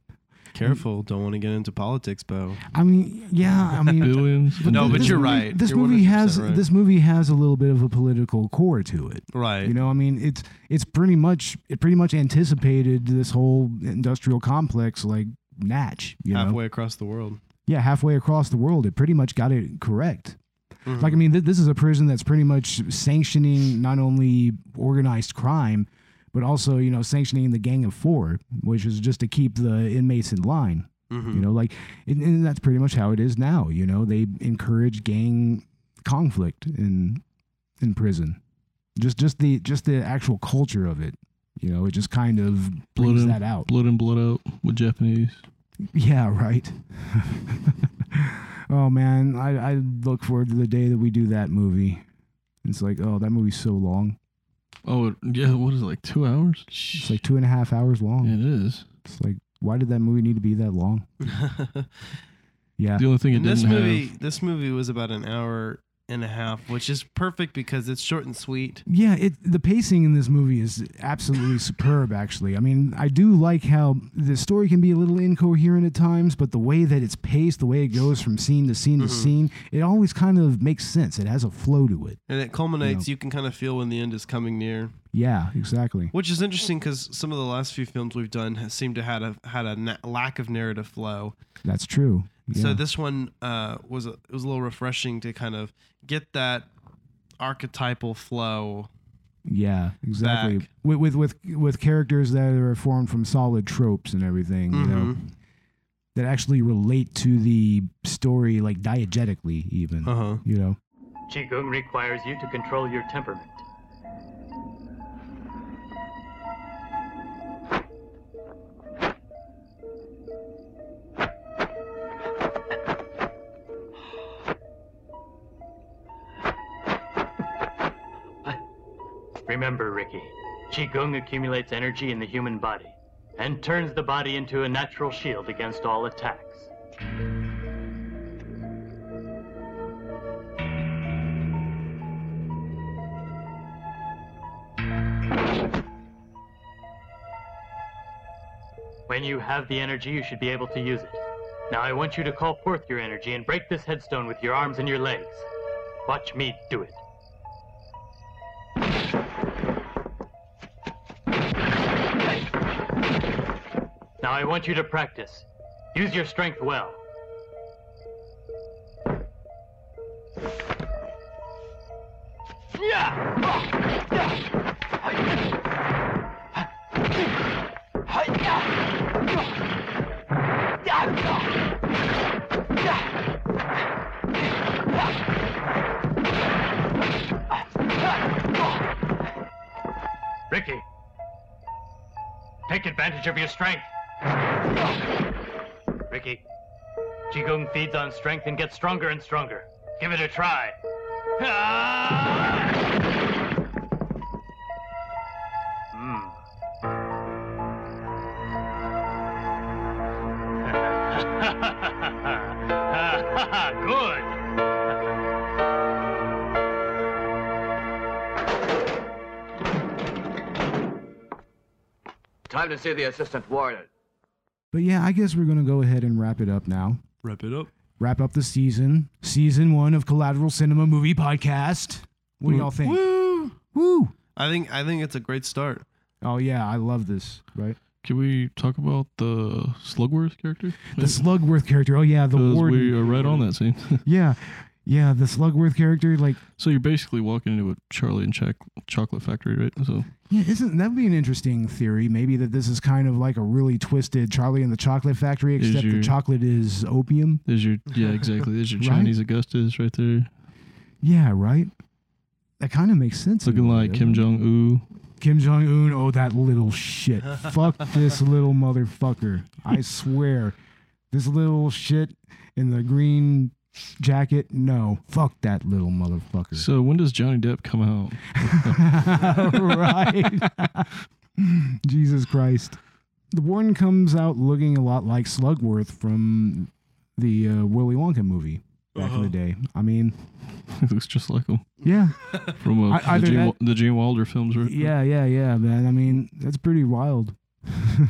B: Careful. Don't want to get into politics, Bo.
A: I mean, yeah, I mean,
C: Billions.
B: No, but
A: this
B: you're
A: movie-
B: right.
A: This
B: You're
A: movie
B: 100%
A: has
B: right.
A: this movie has a little bit of a political core to it.
B: Right.
A: You know, I mean, it's it's pretty much it pretty much anticipated this whole industrial complex like Natch. You know,
B: halfway across the world.
A: yeah, halfway across the world, it pretty much got it correct. Like, I mean, th- this is a prison that's pretty much sanctioning not only organized crime, but also, you know, sanctioning the Gang of Four, which is just to keep the inmates in line.
B: Mm-hmm.
A: You know, like, and, and that's pretty much how it is now. You know, they encourage gang conflict in in prison. Just, just the just the actual culture of it. You know, it just kind of
C: Blood
A: brings
C: in,
A: that out.
C: Blood in, blood out with Japanese.
A: Yeah, right. oh man, I, I look forward to the day that we do that movie. It's like, oh, that movie's so long.
C: Oh, it- yeah. What is it, like two hours?
A: It's like two and a half hours long.
C: It is.
A: It's like, why did that movie need to be that long? Yeah.
C: The only thing it
B: And this
C: didn't
B: movie,
C: have.
B: this movie was about an hour and a half, which is perfect because it's short and sweet.
A: Yeah, it the pacing in this movie is absolutely superb actually. I mean, I do like how the story can be a little incoherent at times, but the way that it's paced, the way it goes from scene to scene to scene, it always kind of makes sense. It has a flow to it.
B: And it culminates, you can kind of feel when the end is coming near,
A: Yeah, exactly.
B: which is interesting because some of the last few films we've done has seemed to had a had a na- lack of narrative flow.
A: That's true.
B: So
A: Yeah.
B: this one uh, was a, it was a little refreshing to kind of get that archetypal flow.
A: Yeah, exactly.
B: back.
A: With, with with with characters that are formed from solid tropes and everything, you know,
B: Mm-hmm.
A: that actually relate to the story like diegetically, even.
B: Uh huh.
A: You know,
F: Qigong requires you to control your temperament.
D: Remember, Ricky, Qigong accumulates energy in the human body and turns the body into a natural shield against all attacks. When you have the energy, you should be able to use it. Now I want you to call forth your energy and break this headstone with your arms and your legs. Watch me do it. Now I want you to practice. Use your strength well. Ricky, take advantage of your strength. Ricky, Qigong feeds on strength and gets stronger and stronger. Give it a try. Ah! Hmm. Good.
G: Time to see the assistant warden.
A: but yeah, I guess we're gonna go ahead and wrap it up now.
B: Wrap it up.
A: Wrap up the season, season one of Collateral Cinema Movie Podcast. What do y'all think?
B: Woo!
A: Woo!
B: I think I think it's a great start.
A: Oh yeah, I love this. Right,
C: Can we talk about the Slugworth character?
A: the
B: Mm.
A: Slugworth character. Oh yeah, the
C: Because
A: warden.
C: we are right on that scene.
A: Yeah, yeah, the Slugworth character. Like,
C: so you're basically walking into a Charlie and Choc- Chocolate Factory, right? So
A: Yeah, isn't that would be an interesting theory? Maybe that this is kind of like a really twisted Charlie and the Chocolate Factory,
C: Is
A: except
C: your-
A: the chocolate is opium.
C: there's your yeah, exactly. There's your
A: Right?
C: Chinese Augustus right there,
A: Yeah, right. That kind of makes sense. in a
C: looking
A: way,
C: like
A: doesn't it?
C: Kim Jong Un.
A: Kim Jong Un. Oh, that little shit! Fuck this little motherfucker! I swear, this little shit in the green jacket. No, fuck that little motherfucker.
C: So when does Johnny Depp come out?
A: right. Jesus Christ. The Warden comes out looking a lot like Slugworth from the uh, Willy Wonka movie back in the day. I mean,
C: He looks just like him
A: yeah,
C: from uh,
A: I- either
C: the, Gene,
A: that-
C: Wa- the Gene Wilder films, right?
A: yeah, yeah, yeah, man. I mean, that's pretty wild.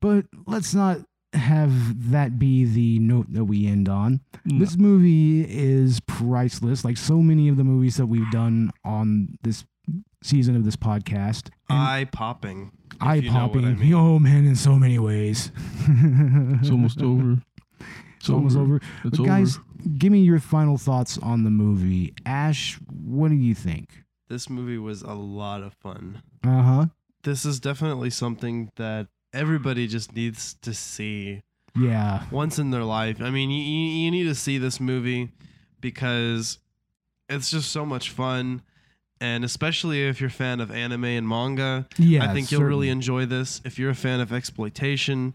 A: but let's not have that be the note that we end on.
C: No.
A: This movie is priceless, like so many of the movies that we've done on this season of this podcast.
B: Eye popping. if
A: Eye
B: you know what
A: popping.
B: I mean.
A: Oh man, in so many ways.
C: It's almost over.
A: It's almost over.
C: It's
A: but guys, give me your final thoughts on the movie. Ash, what do you think?
B: This movie was a lot of fun.
A: Uh huh.
B: This is definitely something that everybody just needs to see
A: Yeah.
B: once in their life. I mean, you, you you need to see this movie because it's just so much fun. And especially if you're a fan of anime and manga,
A: Yeah.
B: I think you'll really
A: certainly.
B: enjoy this. If you're a fan of exploitation,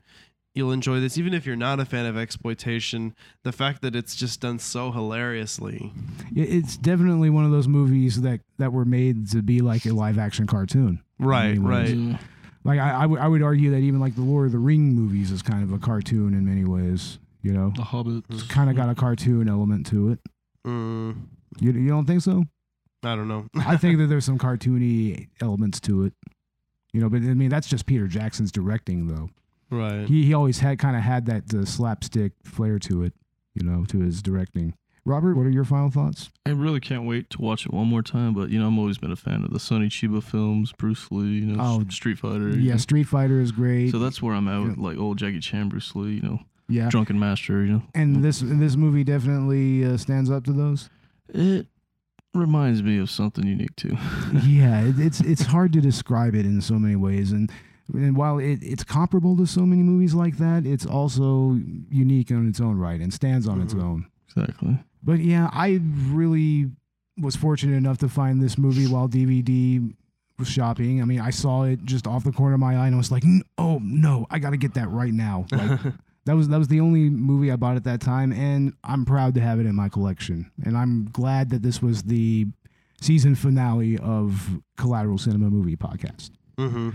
B: you'll enjoy this. Even if you're not a fan of exploitation, the fact that it's just done so hilariously.
A: Yeah, It's definitely one of those movies that that were made to be like a live action cartoon.
B: Right,
A: Anyways.
B: right.
C: Yeah.
A: Like I, I would I would argue that even like the Lord of the Ring movies is kind of a cartoon in many ways. You know,
C: The Hobbit.
A: kind of got a cartoon element to it.
B: Mm,
A: You you don't think so?
B: I don't know.
A: I think that there's some cartoony elements to it. You know, but I mean that's just Peter Jackson's directing though.
B: right.
A: He he always had kind of had that uh, slapstick flair to it. You know, to his directing. Robert, what are your final thoughts?
C: I really can't wait to watch it one more time. But you know, I'm always been a fan of the Sonny Chiba films, Bruce Lee, you know,
A: Oh,
C: S- Street Fighter. you
A: Yeah, Street Fighter is
C: know.
A: great.
C: So that's where I'm at with like old Jackie Chan, Bruce Lee, you know,
A: yeah,
C: Drunken Master. You know,
A: and this this movie definitely uh, stands up to those.
C: it reminds me of something unique too.
A: yeah, it, it's it's hard to describe it in so many ways, and and while it, it's comparable to so many movies like that, it's also unique on its own right and stands on
C: Mm-hmm.
A: its own.
C: exactly.
A: But yeah, I really was fortunate enough to find this movie while DVD was shopping. I mean, I saw it just off the corner of my eye, and I was like, "N- "Oh no, I got to get that right now." Like, that was that was the only movie I bought at that time, and I'm proud to have it in my collection. And I'm glad that this was the season finale of Collateral Cinema Movie Podcast
B: hmm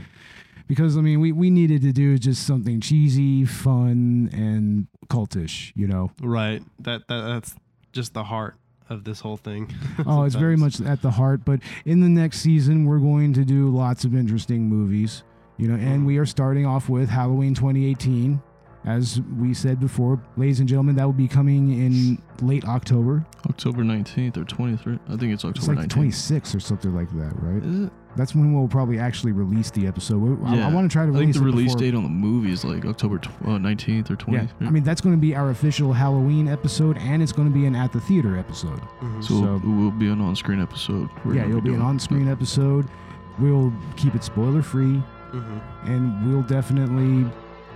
A: because I mean, we we needed to do just something cheesy, fun, and cultish. You know,
B: Right. That, that that's just the heart of this whole thing.
A: Oh, it's very
B: Sometimes.
A: much at the heart. But in the next season, we're going to do lots of interesting movies. You know, and we are starting off with Halloween 2018. As we said before, ladies and gentlemen, that will be coming in late October.
C: October 19th or 20th. Right? I think it's
A: It's
C: October
A: like the
C: 19th.
A: 26th or something like that, right?
C: Is it?
A: That's when we'll probably actually release the episode. We- I- I,
C: Yeah.
A: want to try to
C: I
A: release
C: think the
A: it
C: release
A: before-
C: date on the movie is like October tw- uh, 19th or 20th.
A: Yeah,
C: right?
A: I mean that's going to be our official Halloween episode, and it's going to be an at the theater episode.
C: so,
A: so-
C: it will be an on-screen episode. We're
A: yeah,
C: gonna
A: it'll be an
C: doing-
A: on-screen episode. We'll keep it spoiler free.
B: hmm
C: Mm-hmm.
A: and we'll definitely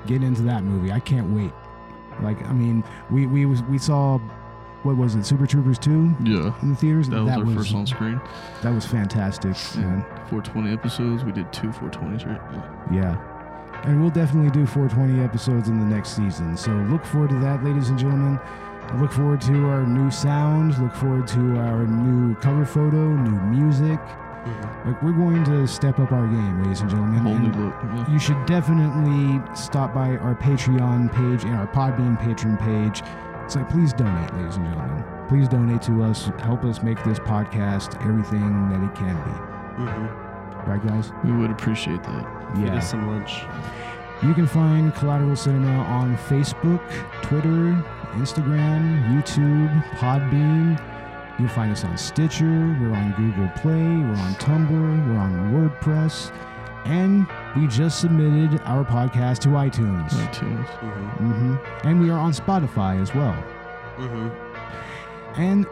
A: get into that movie. I can't wait. Like, I mean, we we was- we saw what was it, Super Troopers two
C: Yeah,
A: in the theaters.
C: that was our first on-screen.
A: that was fantastic. man.
C: 420 episodes. We did two 420s, right?
A: Yeah. And we'll definitely do 420 episodes in the next season. So look forward to that, ladies and gentlemen. Look forward to our new sound. Look forward to our new cover photo, new music. Like we're going to step up our game, ladies and gentlemen.
C: Whole
A: And-
C: new look. Yeah.
A: you should definitely stop by our Patreon page and our Podbean patron page. So please donate, ladies and gentlemen. Please donate to us. Help us make this podcast everything that it can be.
B: hmm
A: Right, guys?
C: We would appreciate that.
B: Get us some lunch.
A: You can find Collateral Cinema on Facebook, Twitter, Instagram, YouTube, Podbean. You'll find us on Stitcher, we're on Google Play, we're on Tumblr, we're on WordPress, and we just submitted our podcast to iTunes.
C: iTunes.
B: hmm
A: hmm And we are on Spotify as well.
B: hmm
A: And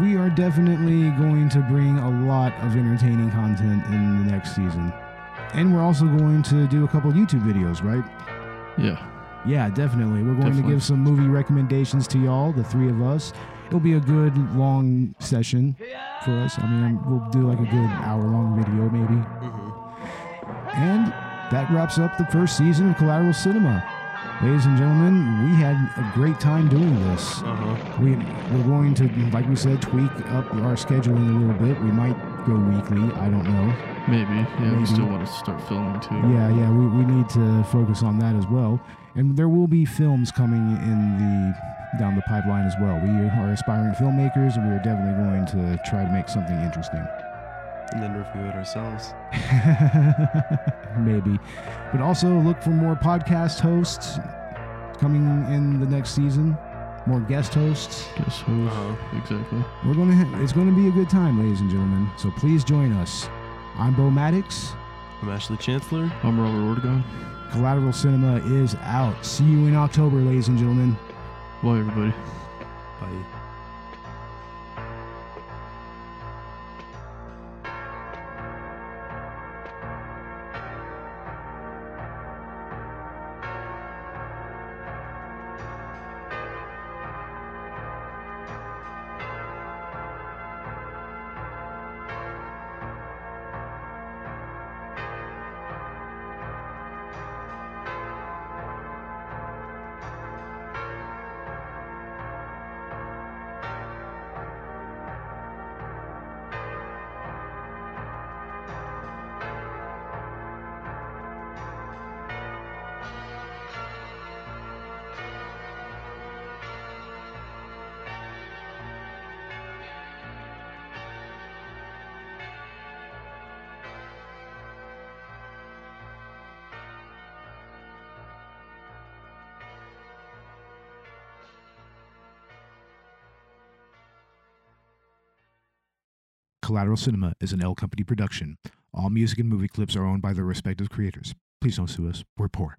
A: we are definitely going to bring a lot of entertaining content in the next season. And we're also going to do a couple YouTube videos, right?
C: Yeah,
A: Yeah, definitely. We're going to
C: Definitely.
A: give some movie recommendations to y'all, the three of us. It'll be a good long session for us. I mean, I'm- we'll do like a good hour long video, maybe.
B: hmm
A: And that wraps up the first season of Collateral Cinema. Ladies and gentlemen, we had a great time doing this.
B: Uh-huh.
A: We, we're going to, like we said, tweak up our scheduling a little bit. We might go weekly. I don't know.
C: Maybe. Yeah,
A: Maybe.
C: we still want to start filming too.
A: Yeah, yeah, we, we need to focus on that as well. And there will be films coming in the down the pipeline as well. We are aspiring filmmakers, and we are definitely going to try to make something interesting.
B: and then review it ourselves.
A: Maybe. But also look for more podcast hosts coming in the next season, more guest hosts.
C: Guess who?
A: Uh-huh.
C: Exactly.
A: We're gonna ha- it's gonna be a good time, ladies and gentlemen. So please join us. I'm Bo Maddox.
B: I'm Ashley Chancellor.
C: I'm Robert Ortegon.
A: Collateral Cinema is out. See you in October, ladies and gentlemen.
C: Bye, everybody.
B: Bye.
A: Collateral Cinema is an L Company production. All music and movie clips are owned by their respective creators. Please don't sue us. We're poor.